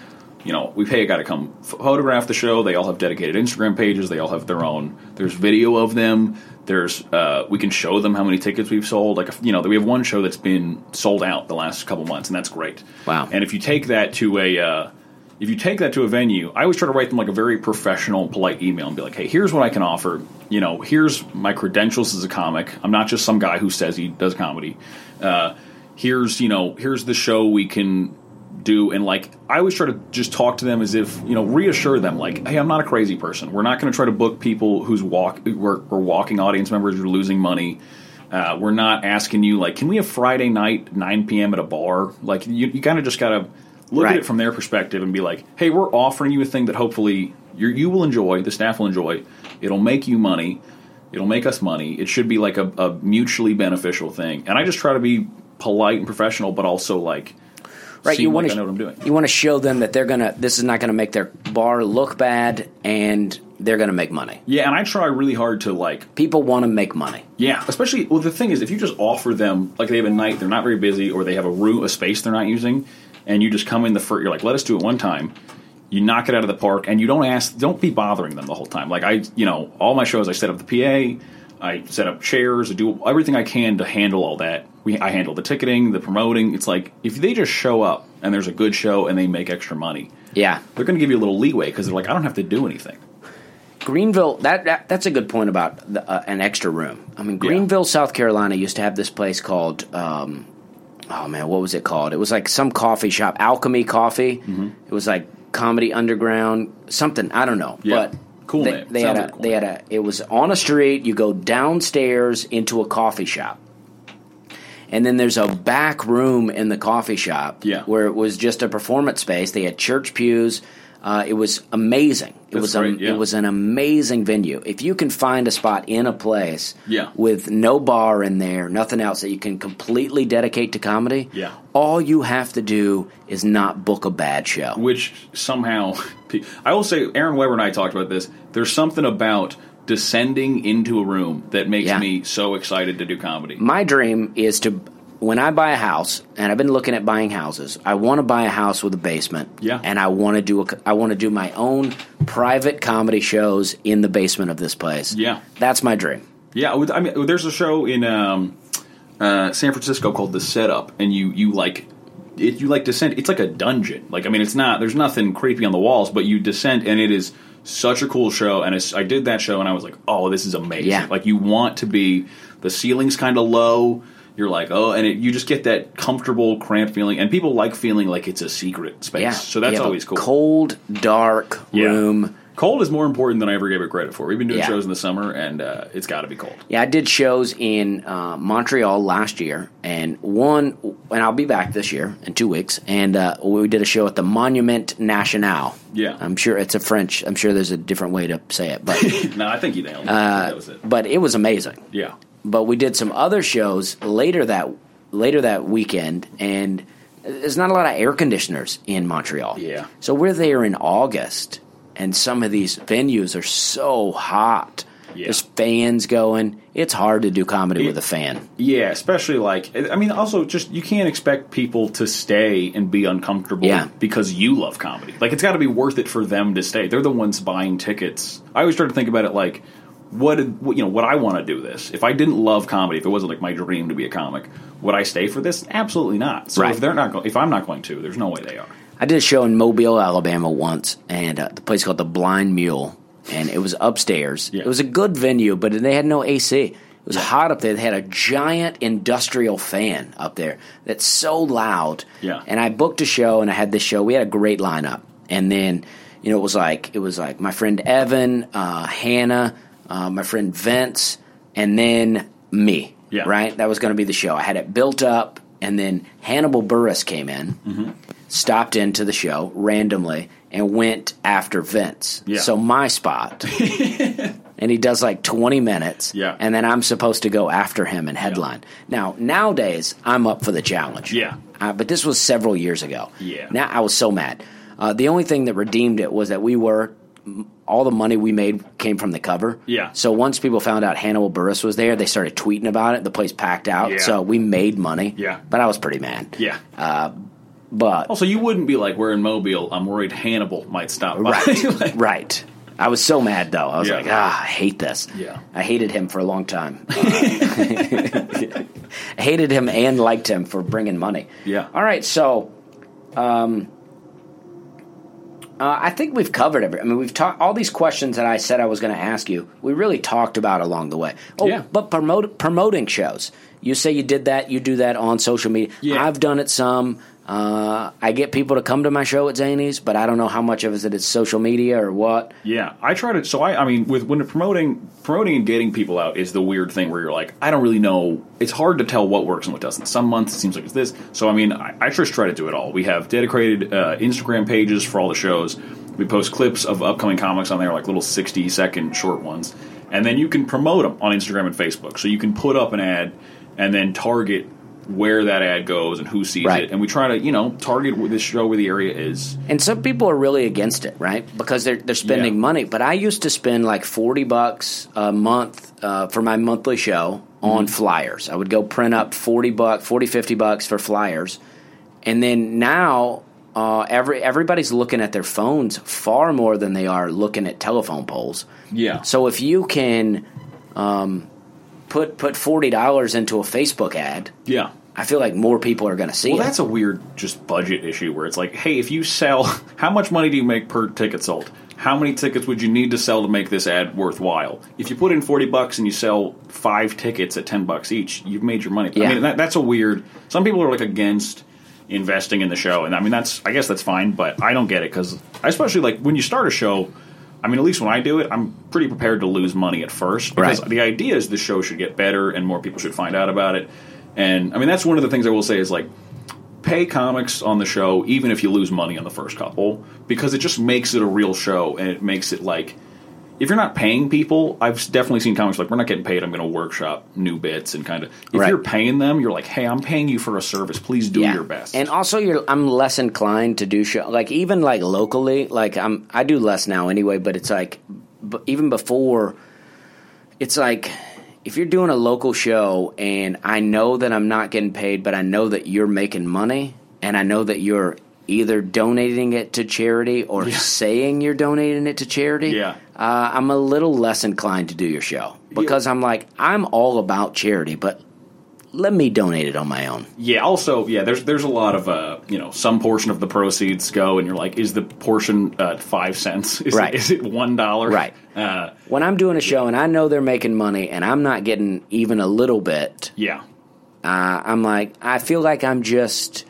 Speaker 3: you know, we pay a guy to come ph- photograph the show. They all have dedicated Instagram pages. They all have their own. There's video of them. There's uh, we can show them how many tickets we've sold. Like you know, we have one show that's been sold out the last couple months, and that's great.
Speaker 2: Wow.
Speaker 3: And if you take that to a uh, if you take that to a venue, I always try to write them like a very professional, polite email and be like, "Hey, here's what I can offer. You know, here's my credentials as a comic. I'm not just some guy who says he does comedy. Uh, here's you know, here's the show we can do." And like, I always try to just talk to them as if you know, reassure them, like, "Hey, I'm not a crazy person. We're not going to try to book people who's walk we're, we're walking audience members. You're losing money." Uh, we're not asking you like, can we have Friday night 9 p.m. at a bar? Like, you, you kind of just gotta look
Speaker 2: Right.
Speaker 3: at it from their perspective and be like, hey, we're offering you a thing that hopefully you you will enjoy. The staff will enjoy. It'll make you money. It'll make us money. It should be like a, a mutually beneficial thing. And I just try to be polite and professional, but also like
Speaker 2: right?
Speaker 3: seem
Speaker 2: You
Speaker 3: like
Speaker 2: want
Speaker 3: I
Speaker 2: to
Speaker 3: know what I'm doing.
Speaker 2: You want to show them that they're gonna. This is not gonna make their bar look bad, and they're gonna make money.
Speaker 3: yeah, and I try really hard to like
Speaker 2: People want to make money.
Speaker 3: Yeah, especially well. The thing is, if you just offer them like they have a night, they're not very busy, or they have a room, a space they're not using, and you just come in the first, you're like, let us do it one time. You knock it out of the park, and you don't ask, don't be bothering them the whole time. Like I, you know, all my shows, I set up the PA, I set up chairs, I do everything I can to handle all that. We, I handle the ticketing, the promoting. It's like if they just show up and there's a good show and they make extra money,
Speaker 2: Yeah,
Speaker 3: they're going to give you a little leeway because they're like, I don't have to do anything.
Speaker 2: Greenville. That, that that's a good point about the, uh, an extra room. I mean, Greenville, South Carolina, used to have this place called. Um, oh man, what was it called? It was like some coffee shop, Alchemy Coffee.
Speaker 3: Mm-hmm.
Speaker 2: It was like Comedy Underground, something I don't know.
Speaker 3: Yeah.
Speaker 2: But
Speaker 3: Cool
Speaker 2: they,
Speaker 3: name.
Speaker 2: They
Speaker 3: Sounds
Speaker 2: had a
Speaker 3: like a cool
Speaker 2: they had a. It was on a street. You go downstairs into a coffee shop. And then there's a back room in the coffee shop
Speaker 3: Yeah.
Speaker 2: where it was just a performance space. They had church pews. Uh, it was amazing. It
Speaker 3: That's
Speaker 2: was am-
Speaker 3: great, yeah.
Speaker 2: it was an amazing venue. If you can find a spot in a place
Speaker 3: Yeah.
Speaker 2: with no bar in there, nothing else that you can completely dedicate to comedy,
Speaker 3: Yeah.
Speaker 2: all you have to do is not book a bad show.
Speaker 3: which somehow I will say Aaron Weber and I talked about this. There's something about descending into a room that makes
Speaker 2: Yeah.
Speaker 3: me so excited to do comedy.
Speaker 2: my dream is to when I buy a house, and I've been looking at buying houses. I want to buy a house with a basement.
Speaker 3: Yeah.
Speaker 2: and I want to do a, I want to do my own private comedy shows in the basement of this place.
Speaker 3: Yeah.
Speaker 2: that's my dream.
Speaker 3: yeah, with- I mean, there's a show in um, uh, San Francisco called The Setup, and you you like it, you like descend. It's like a dungeon. Like I mean, it's not there's nothing creepy on the walls, but you descend, and it is such a cool show. And it's, I did that show, and I was like, oh, this is amazing.
Speaker 2: Yeah.
Speaker 3: Like you want to be the ceiling's kind of low. You're like, oh, and it, you just get that comfortable, cramped feeling, and people like feeling like it's a secret space.
Speaker 2: Yeah,
Speaker 3: So
Speaker 2: You
Speaker 3: that's
Speaker 2: have a
Speaker 3: always cool.
Speaker 2: Cold, dark
Speaker 3: Yeah.
Speaker 2: room.
Speaker 3: Cold is more important than I ever gave it credit for. We've been doing
Speaker 2: Yeah.
Speaker 3: shows in the summer, and uh, it's got to be cold.
Speaker 2: Yeah, I did shows in uh, Montreal last year, and one, and I'll be back this year in two weeks. And uh, we did a show at the Monument National.
Speaker 3: Yeah.
Speaker 2: I'm sure it's a French. I'm sure there's a different way to say it, but
Speaker 3: No, I think you nailed it.
Speaker 2: Uh,
Speaker 3: that was it.
Speaker 2: but it was amazing.
Speaker 3: Yeah.
Speaker 2: But we did some other shows later that later that weekend, and there's not a lot of air conditioners in Montreal.
Speaker 3: Yeah.
Speaker 2: So we're there in August, and some of these venues are so hot.
Speaker 3: Yeah.
Speaker 2: There's fans going. It's hard to do comedy
Speaker 3: It-
Speaker 2: with a fan.
Speaker 3: Yeah, especially like I mean, also just you can't expect people to stay and be uncomfortable
Speaker 2: Yeah.
Speaker 3: because you love comedy. Like it's got to be worth it for them to stay. They're the ones buying tickets. I always try to think about it like what, did- what you know what I want to do this. If I didn't love comedy, if it wasn't like my dream to be a comic, would I stay for this? Absolutely not. So
Speaker 2: Right.
Speaker 3: if they're not go- if I'm not going to, there's no way they are.
Speaker 2: I did a show in Mobile, Alabama once, and uh, the place called the Blind Mule, and it was upstairs.
Speaker 3: Yeah.
Speaker 2: It was a good venue, but they had no AC. It was hot up there. They had a giant industrial fan up there that's so loud.
Speaker 3: Yeah.
Speaker 2: And I booked a show, and I had this show. We had a great lineup, and then you know it was like it was like my friend Evan, uh, Hannah, uh, my friend Vince, and then me.
Speaker 3: Yeah.
Speaker 2: Right. That was going to be the show. I had it built up, and then Hannibal Burris came in stopped into the show randomly and went after Vince.
Speaker 3: Yeah.
Speaker 2: So my spot. and he does like 20 minutes.
Speaker 3: Yeah.
Speaker 2: And then I'm supposed to go after him and headline. Now, nowadays, I'm up for the challenge.
Speaker 3: Yeah.
Speaker 2: Uh, but this was several years ago.
Speaker 3: Yeah.
Speaker 2: Now, I was so mad. Uh, the only thing that redeemed it was that we were. All the money we made came from the cover.
Speaker 3: Yeah.
Speaker 2: So once people found out Hannibal Burris was there, they started tweeting about it. The place packed out.
Speaker 3: Yeah.
Speaker 2: So we made money.
Speaker 3: Yeah.
Speaker 2: But I was pretty mad.
Speaker 3: Yeah.
Speaker 2: But
Speaker 3: also, you wouldn't be like we're in Mobile. I'm worried Hannibal might stop by.
Speaker 2: Right.
Speaker 3: Like,
Speaker 2: right. I was so mad though. I was
Speaker 3: Yeah.
Speaker 2: like, ah, I hate this.
Speaker 3: Yeah.
Speaker 2: I hated him for a long time. Uh, I hated him and liked him for bringing money.
Speaker 3: Yeah.
Speaker 2: All right. So, um, uh, I think we've covered every. I mean, we've talked all these questions that I said I was going to ask you. We really talked about along the way. Oh,
Speaker 3: Yeah.
Speaker 2: but promote, promoting shows. You say you did that. You do that on social media.
Speaker 3: Yeah.
Speaker 2: I've done it some. Uh, I get people to come to my show at Zanies, but I don't know how much of it is social media or what.
Speaker 3: Yeah, I try to. So I, I mean, with when promoting, promoting and getting people out is the weird thing where you're like, I don't really know. It's hard to tell what works and what doesn't. Some months it seems like it's this. So I mean, I, I just try to do it all. We have dedicated uh, Instagram pages for all the shows. We post clips of upcoming comics on there, like little 60 second short ones. And then you can promote them on Instagram and Facebook. So you can put up an ad and then target where that ad goes and who sees
Speaker 2: Right.
Speaker 3: it. And we try to, you know, target where this show where the area is.
Speaker 2: And some people are really against it, right? Because they're they're spending
Speaker 3: Yeah.
Speaker 2: money. But I used to spend like forty bucks a month uh, for my monthly show on
Speaker 3: Mm-hmm.
Speaker 2: flyers. I would go print up 40 bucks, 40, 50 bucks for flyers, and then now uh, every everybody's looking at their phones far more than they are looking at telephone poles.
Speaker 3: Yeah.
Speaker 2: So if you can um, put put forty dollars into a Facebook ad,
Speaker 3: Yeah.
Speaker 2: I feel like more people are going to see
Speaker 3: Well,
Speaker 2: it.
Speaker 3: that's a weird just budget issue where it's like, hey, if you sell, how much money do you make per ticket sold? How many tickets would you need to sell to make this ad worthwhile? If you put in forty bucks and you sell five tickets at ten bucks each, you've made your money.
Speaker 2: Yeah.
Speaker 3: I mean, that, that's a weird. Some people are like against investing in the show, and I mean, that's I guess that's fine, but I don't get it because I especially like when you start a show. I mean, at least when I do it, I'm pretty prepared to lose money at first because
Speaker 2: Right.
Speaker 3: the idea is the show should get better and more people should find out about it. And I mean, that's one of the things I will say is like pay comics on the show even if you lose money on the first couple because it just makes it a real show and it makes it like if you're not paying people i've definitely seen comics like we're not getting paid i'm going to workshop new bits and kind of if
Speaker 2: Right.
Speaker 3: you're paying them you're like hey i'm paying you for a service please do your best
Speaker 2: And also, you're I'm less inclined to do show like even like locally. Like I'm I do less now anyway, but it's like b- even before, it's like if you're doing a local show and I know that I'm not getting paid, but I know that you're making money, and I know that you're either donating it to charity or saying you're donating it to charity.
Speaker 3: Yeah.
Speaker 2: Uh, I'm a little less inclined to do your show because I'm like I'm all about charity, but let me donate it on my own.
Speaker 3: yeah also yeah there's there's a lot of uh you know some portion of the proceeds go and you're like is the portion uh five cents is,
Speaker 2: Right.
Speaker 3: it, is it one dollar
Speaker 2: Right.
Speaker 3: uh
Speaker 2: when I'm doing a show and I know they're making money and I'm not getting even a little bit,
Speaker 3: yeah
Speaker 2: uh, I'm like, I feel like I'm just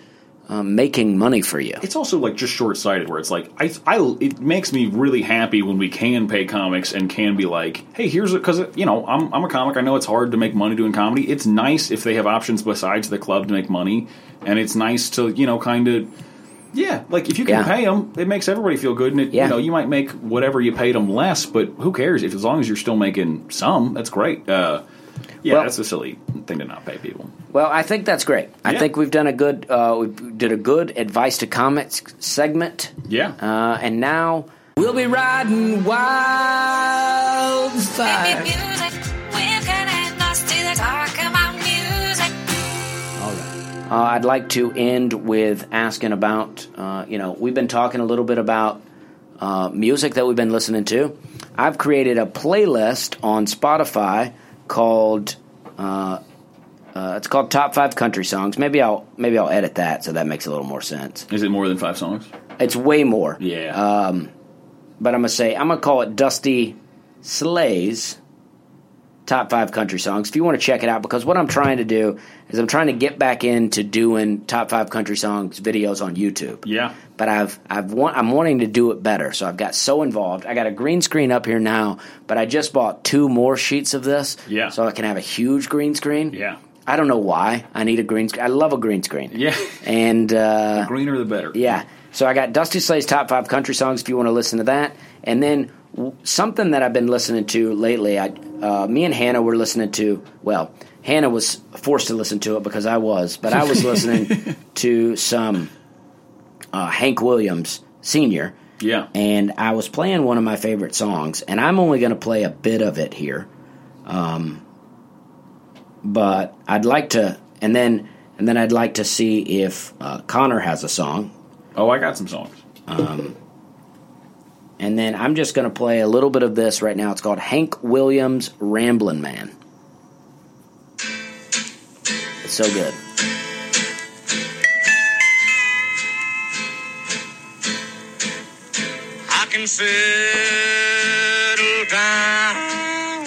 Speaker 2: um, making money for you.
Speaker 3: it's also like just short sighted where it's like I, I it makes me really happy when we can pay comics and can be like hey here's because you know I'm, I'm a comic I know it's hard to make money doing comedy it's nice if they have options besides the club to make money and it's nice to you know kind of yeah like if you can
Speaker 2: Yeah.
Speaker 3: pay 'em, pay them it makes everybody feel good and it,
Speaker 2: Yeah.
Speaker 3: you know you might make whatever you paid them less but who cares if as long as you're still making some that's great uh, yeah
Speaker 2: Well-
Speaker 3: that's a silly thing to not pay people
Speaker 2: Well, I think that's great. I
Speaker 3: Yeah.
Speaker 2: think we've done a good, uh, we did a good advice to comments segment.
Speaker 3: yeah
Speaker 2: Uh, and now we'll be riding wildfire. Uh, I'd like to end with asking about, uh, you know, we've been talking a little bit about uh, music that we've been listening to. I've created a playlist on Spotify called, uh, uh, it's called Top Five Country Songs. Maybe I'll maybe I'll edit that so that makes a little more sense.
Speaker 3: is it more than five songs
Speaker 2: It's way more.
Speaker 3: yeah
Speaker 2: uh, but I'm gonna say I'm gonna call it Dusty Sleigh's top five country songs. If you want to check it out, because what I'm trying to do is I'm trying to get back into doing top five country songs videos on YouTube.
Speaker 3: yeah
Speaker 2: But I've I've want, I'm wanting to do it better, so I've got so involved. I got a green screen up here now, but I just bought two more sheets of this,
Speaker 3: Yeah.
Speaker 2: so I can have a huge green screen.
Speaker 3: Yeah.
Speaker 2: I don't know why I need a green screen. I love a green screen.
Speaker 3: Yeah.
Speaker 2: and uh,
Speaker 3: greener the better
Speaker 2: yeah. So I got Dusty Slade's top five country songs if you want to listen to that. And then w- something that I've been listening to lately, I, uh, me and Hannah were listening to, well, Hannah was forced to listen to it because I was, but I was listening to some uh, Hank Williams Sr.
Speaker 3: yeah
Speaker 2: And I was playing one of my favorite songs, and I'm only going to play a bit of it here. Um, but I'd like to, and then and then I'd like to see if uh, Connor has a song
Speaker 3: Oh, I got some songs.
Speaker 2: And then I'm just going to play a little bit of this right now. It's called Hank Williams Ramblin' Man. It's so good.
Speaker 8: I can settle down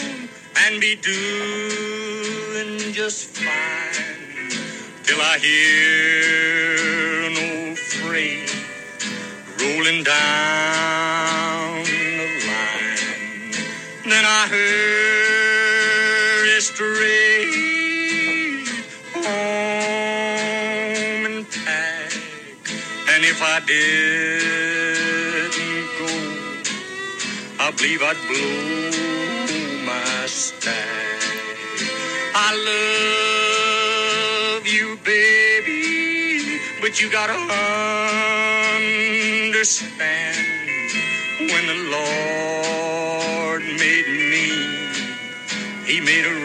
Speaker 8: and be doing just fine till I hear an old freight rolling down the line. Then I hurry straight home and pack. And if I didn't go, I believe I'd blow my stack. I love you, baby, but you gotta understand when the Lord made me, He made a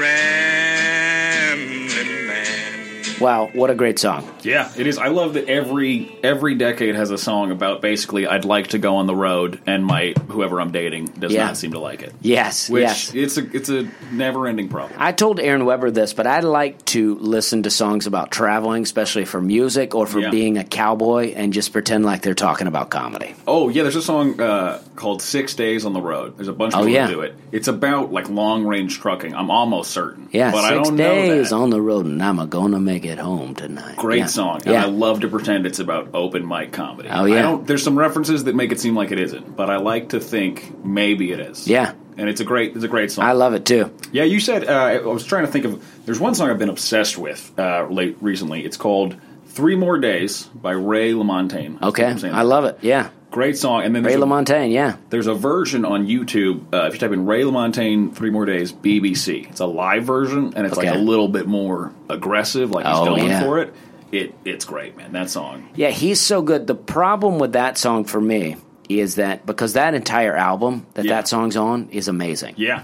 Speaker 8: rambling man.
Speaker 2: Wow, what a great song.
Speaker 3: Yeah, it is. I love that every every decade has a song about basically I'd like to go on the road and my whoever I'm dating does
Speaker 2: Yeah.
Speaker 3: not seem to like it.
Speaker 2: Yes,
Speaker 3: Which
Speaker 2: yes.
Speaker 3: it's a it's a never ending problem.
Speaker 2: I told Aaron Weber this, but I like to listen to songs about traveling, especially for music or for
Speaker 3: Yeah.
Speaker 2: being a cowboy, and just pretend like they're talking about comedy.
Speaker 3: Oh yeah, there's a song uh, called Six Days on the Road. There's a bunch of
Speaker 2: Oh,
Speaker 3: people
Speaker 2: yeah.
Speaker 3: who do it. It's about like long range trucking. I'm almost certain.
Speaker 2: Yeah,
Speaker 3: but
Speaker 2: six
Speaker 3: I don't
Speaker 2: days
Speaker 3: know that.
Speaker 2: on the road, and I'm a gonna make it home tonight.
Speaker 3: Great
Speaker 2: Yeah.
Speaker 3: song. And
Speaker 2: Yeah.
Speaker 3: I love to pretend it's about open mic comedy.
Speaker 2: Oh, yeah.
Speaker 3: I don't, there's some references that make it seem like it isn't, but I like to think maybe it is.
Speaker 2: Yeah.
Speaker 3: And it's a great it's a great song.
Speaker 2: I love it too.
Speaker 3: Yeah, you said. Uh, I was trying to think of. There's one song I've been obsessed with uh, late recently. It's called Three More Days by Ray LaMontagne. That's what
Speaker 2: Okay,
Speaker 3: I'm saying.
Speaker 2: I love it. Yeah,
Speaker 3: Great song. And then
Speaker 2: Ray
Speaker 3: there's, a,
Speaker 2: LaMontagne. Yeah,
Speaker 3: there's a version on YouTube. Uh, if you type in Ray LaMontagne Three More Days BBC, it's a live version and it's like
Speaker 2: Okay.
Speaker 3: a little bit more aggressive. Like he's
Speaker 2: Oh,
Speaker 3: going
Speaker 2: yeah.
Speaker 3: for it. It it's great, man. That song.
Speaker 2: yeah, he's so good. The problem with that song for me is that because that entire album that
Speaker 3: Yeah.
Speaker 2: that song's on is amazing.
Speaker 3: Yeah.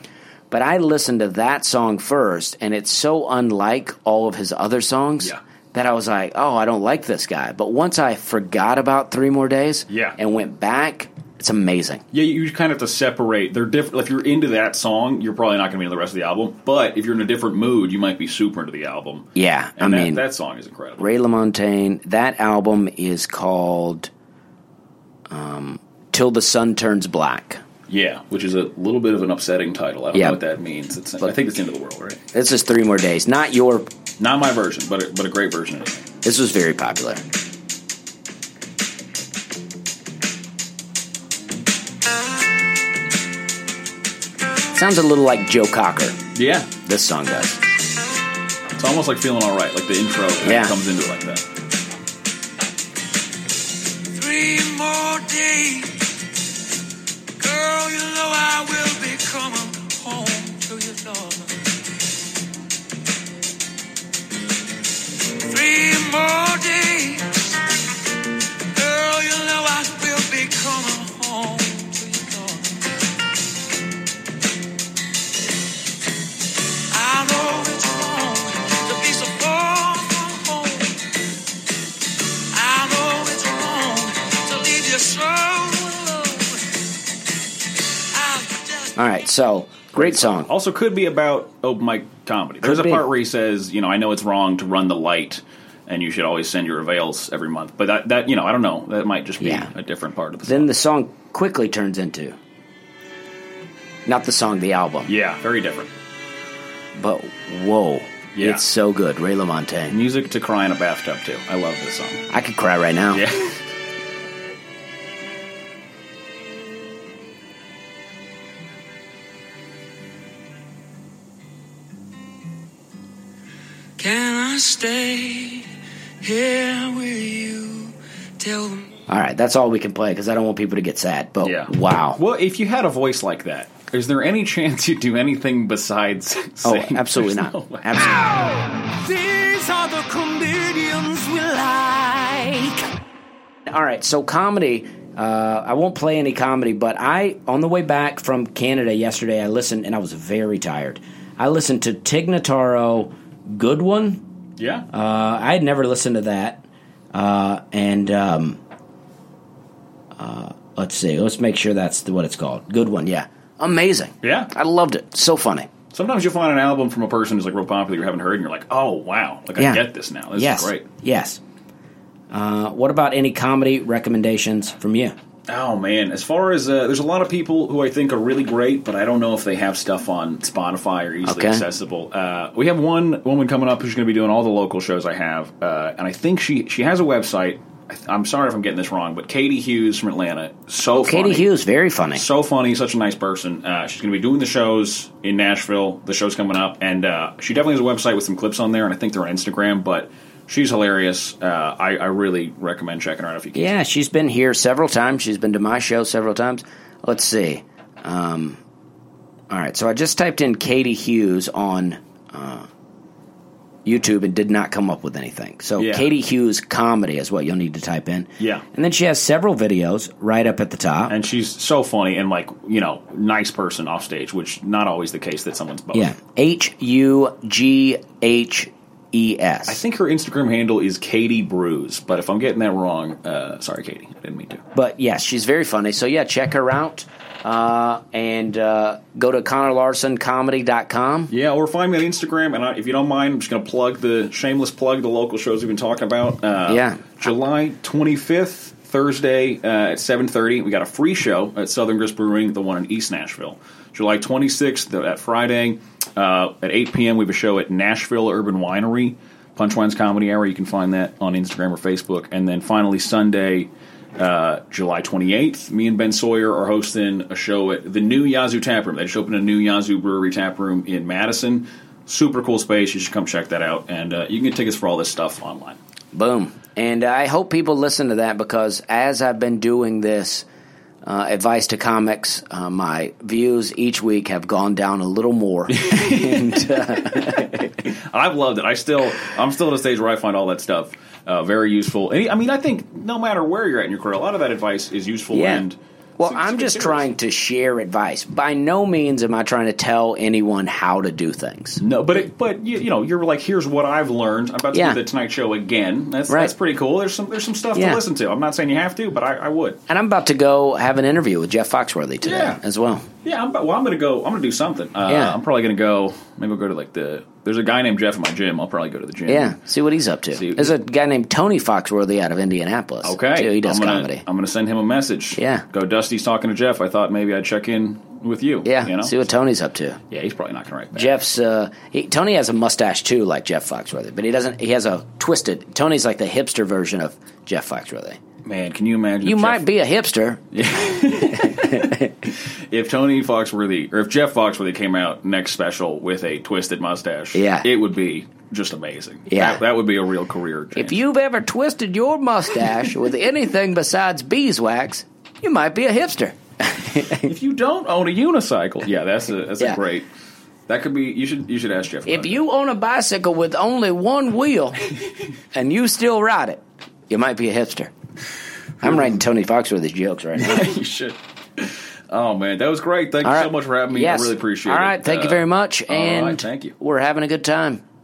Speaker 2: But I listened to that song first, and it's so unlike all of his other songs
Speaker 3: Yeah.
Speaker 2: that I was like, oh, I don't like this guy. But once I forgot about Three More Days
Speaker 3: Yeah.
Speaker 2: and went back, it's amazing.
Speaker 3: Yeah, you you kind of have to separate. They're different. If you're into that song, you're probably not going to be into the rest of the album. But if you're in a different mood, you might be super into the album.
Speaker 2: Yeah,
Speaker 3: And
Speaker 2: I
Speaker 3: that,
Speaker 2: mean,
Speaker 3: that song is incredible.
Speaker 2: Ray LaMontagne, that album is called um, Till the Sun Turns Black.
Speaker 3: Yeah, which is a little bit of an upsetting title. I don't
Speaker 2: Yeah.
Speaker 3: know what that means. It's, I think it's End of the World, right?
Speaker 2: This is Three More Days, not your.
Speaker 3: Not my version, but a, but a great version. Anyway.
Speaker 2: This was very popular. Sounds a little like Joe Cocker.
Speaker 3: Yeah,
Speaker 2: This song does.
Speaker 3: it's almost like feeling all right, like the intro kinda
Speaker 2: Yeah.
Speaker 3: comes into it like that.
Speaker 8: Three more days. Girl, you know I will be coming home to you, darling. Three more days. Girl, you know I will be coming home to you, darling. I know it's wrong to be so far from home. I know it's wrong to leave you so alone. I've just
Speaker 2: All right, so great song.
Speaker 3: Also, could be about open mic comedy. There's a
Speaker 2: be.
Speaker 3: part where he says, you know, I know it's wrong to run the light, and you should always send your avails every month. But that, that you know, I don't know. That might just be
Speaker 2: Yeah.
Speaker 3: a different part of the
Speaker 2: Then
Speaker 3: song.
Speaker 2: the song quickly turns into. Not the song, the album.
Speaker 3: yeah, very different.
Speaker 2: But whoa,
Speaker 3: Yeah.
Speaker 2: it's so good. Ray LaMontagne.
Speaker 3: Music to cry in a bathtub too. I love this song.
Speaker 2: I could cry right now.
Speaker 3: Yeah.
Speaker 8: Can I stay here with you till the
Speaker 2: All right, that's all we can play because I don't want people to get sad. But
Speaker 3: Yeah.
Speaker 2: wow.
Speaker 3: Well, if you had a voice like that, is there any chance you'd do anything besides sing?
Speaker 2: Oh, absolutely
Speaker 3: There's
Speaker 2: not.
Speaker 3: no way.
Speaker 2: Absolutely.
Speaker 7: These are the comedians we like.
Speaker 2: All right, so comedy. Uh, I won't play any comedy, but I on the way back from Canada yesterday, I listened and I was very tired. I listened to Tig Notaro, Good One.
Speaker 3: Yeah.
Speaker 2: Uh, I had never listened to that, uh, and um, uh, let's see, let's make sure that's the- what it's called. Good One, yeah, amazing.
Speaker 3: Yeah.
Speaker 2: I loved it. So funny.
Speaker 3: Sometimes you'll find an album from a person who's like real popular you haven't heard, and you're like, oh wow, like
Speaker 2: Yeah.
Speaker 3: I get this now. This
Speaker 2: yes,
Speaker 3: is great.
Speaker 2: yes. Uh, what about any comedy recommendations from you?
Speaker 3: Oh man, as far as uh, there's a lot of people who I think are really great, but I don't know if they have stuff on Spotify or easily
Speaker 2: Okay.
Speaker 3: accessible. Uh, we have one woman coming up who's going to be doing all the local shows I have, uh, and I think she she has a website. I th- I'm sorry if I'm getting this wrong, but Katie Hughes from Atlanta, so
Speaker 2: Oh, Katie
Speaker 3: funny.
Speaker 2: Hughes, very funny.
Speaker 3: so funny, such a nice person. Uh, she's going to be doing the shows in Nashville. The show's coming up, and uh, she definitely has a website with some clips on there, and I think they're on Instagram. But She's hilarious. Uh, I, I really recommend checking her out if you can.
Speaker 2: Yeah, she's been here several times. She's been to my show several times. Let's see. Um, all right, so I just typed in Katie Hughes on uh, YouTube and did not come up with anything. So
Speaker 3: Yeah.
Speaker 2: Katie Hughes comedy is what you'll need to type in.
Speaker 3: Yeah.
Speaker 2: and then she has several videos right up at the top.
Speaker 3: And she's so funny and like you know nice person off stage, which not always the case that someone's both.
Speaker 2: yeah, H U G H E S.
Speaker 3: I think her Instagram handle is Katie Brews, but if I'm getting that wrong, uh, sorry, Katie, I didn't mean to.
Speaker 2: But yes, she's very funny. So yeah, check her out. Uh, and uh, go to ConnorLarsonComedy.com.
Speaker 3: Yeah, or find me on Instagram, and I, if you don't mind, I'm just going to plug the shameless plug the local shows we've been talking about. Uh,
Speaker 2: Yeah.
Speaker 3: July 25th, Thursday uh, at 7:30, we got a free show at Southern Grist Brewing, the one in East Nashville. July 26th, th- at Friday uh, at 8 p.m., we have a show at Nashville Urban Winery, Punchline's Comedy Hour. You can find that on Instagram or Facebook, and then finally Sunday. Uh, July 28th, me and Ben Sawyer are hosting a show at the new Yazoo Tap Room. They just opened a new Yazoo Brewery Tap Room in Madison. Super cool space. You should come check that out. And uh, you can get tickets for all this stuff online.
Speaker 2: Boom. And uh, I hope people listen to that because as I've been doing this uh, advice to comics, uh, my views each week have gone down a little more. and, uh,
Speaker 3: I've loved it. I still, I'm still at a stage where I find all that stuff uh, very useful. And I mean, I think no matter where you're at in your career, a lot of that advice is useful.
Speaker 2: yeah.
Speaker 3: And
Speaker 2: well,
Speaker 3: it's-
Speaker 2: I'm
Speaker 3: it's
Speaker 2: just
Speaker 3: serious.
Speaker 2: trying to share advice. By no means am I trying to tell anyone how to do things.
Speaker 3: No, but it, but you, you know, you're like, here's what I've learned. I'm about to
Speaker 2: Yeah.
Speaker 3: do the Tonight Show again. That's
Speaker 2: Right.
Speaker 3: that's pretty cool. There's some there's some stuff
Speaker 2: Yeah.
Speaker 3: to listen to. I'm not saying you have to, but I, I would.
Speaker 2: And I'm about to go have an interview with Jeff Foxworthy today
Speaker 3: Yeah.
Speaker 2: as well.
Speaker 3: Yeah, I'm, well, I'm gonna go. I'm gonna do something. Uh,
Speaker 2: Yeah.
Speaker 3: I'm probably gonna go. Maybe I'll go to like the. There's a guy named Jeff in my gym. I'll probably go to the gym.
Speaker 2: Yeah, see what he's up to.
Speaker 3: See-
Speaker 2: There's a guy named Tony Foxworthy out of Indianapolis.
Speaker 3: Okay.
Speaker 2: too. he does
Speaker 3: I'm gonna,
Speaker 2: comedy.
Speaker 3: I'm gonna send him a message.
Speaker 2: Yeah.
Speaker 3: Go. Dusty's talking to Jeff. I thought maybe I'd check in with you.
Speaker 2: yeah,
Speaker 3: You know.
Speaker 2: see what Tony's up to.
Speaker 3: yeah, he's probably not gonna write back.
Speaker 2: Jeff's uh, he, Tony has a mustache too, like Jeff Foxworthy, but he doesn't. He has a twisted. Tony's like the hipster version of Jeff Foxworthy.
Speaker 3: Man, can you imagine?
Speaker 2: You
Speaker 3: if
Speaker 2: might
Speaker 3: Jeff-
Speaker 2: be a hipster.
Speaker 3: if Tony Foxworthy or if Jeff Foxworthy came out next special with a twisted mustache.
Speaker 2: Yeah.
Speaker 3: It would be just amazing.
Speaker 2: Yeah.
Speaker 3: That, that would be a real career. Change.
Speaker 2: If you've ever twisted your mustache with anything besides beeswax, you might be a hipster.
Speaker 3: if you don't own a unicycle, yeah, that's a that's
Speaker 2: Yeah.
Speaker 3: a great. That could be. You should you should ask Jeff.
Speaker 2: If
Speaker 3: about
Speaker 2: you own a bicycle with only one wheel and you still ride it, you might be a hipster.
Speaker 3: Hmm.
Speaker 2: I'm writing Tony Foxworthy's jokes right now.
Speaker 3: that. you should. Oh man, that was great. Thank you so much for having me. I really appreciate it.
Speaker 2: All right, thank you
Speaker 3: Uh,
Speaker 2: very much,
Speaker 3: all right,
Speaker 2: and
Speaker 3: thank you.
Speaker 2: We're having a good time.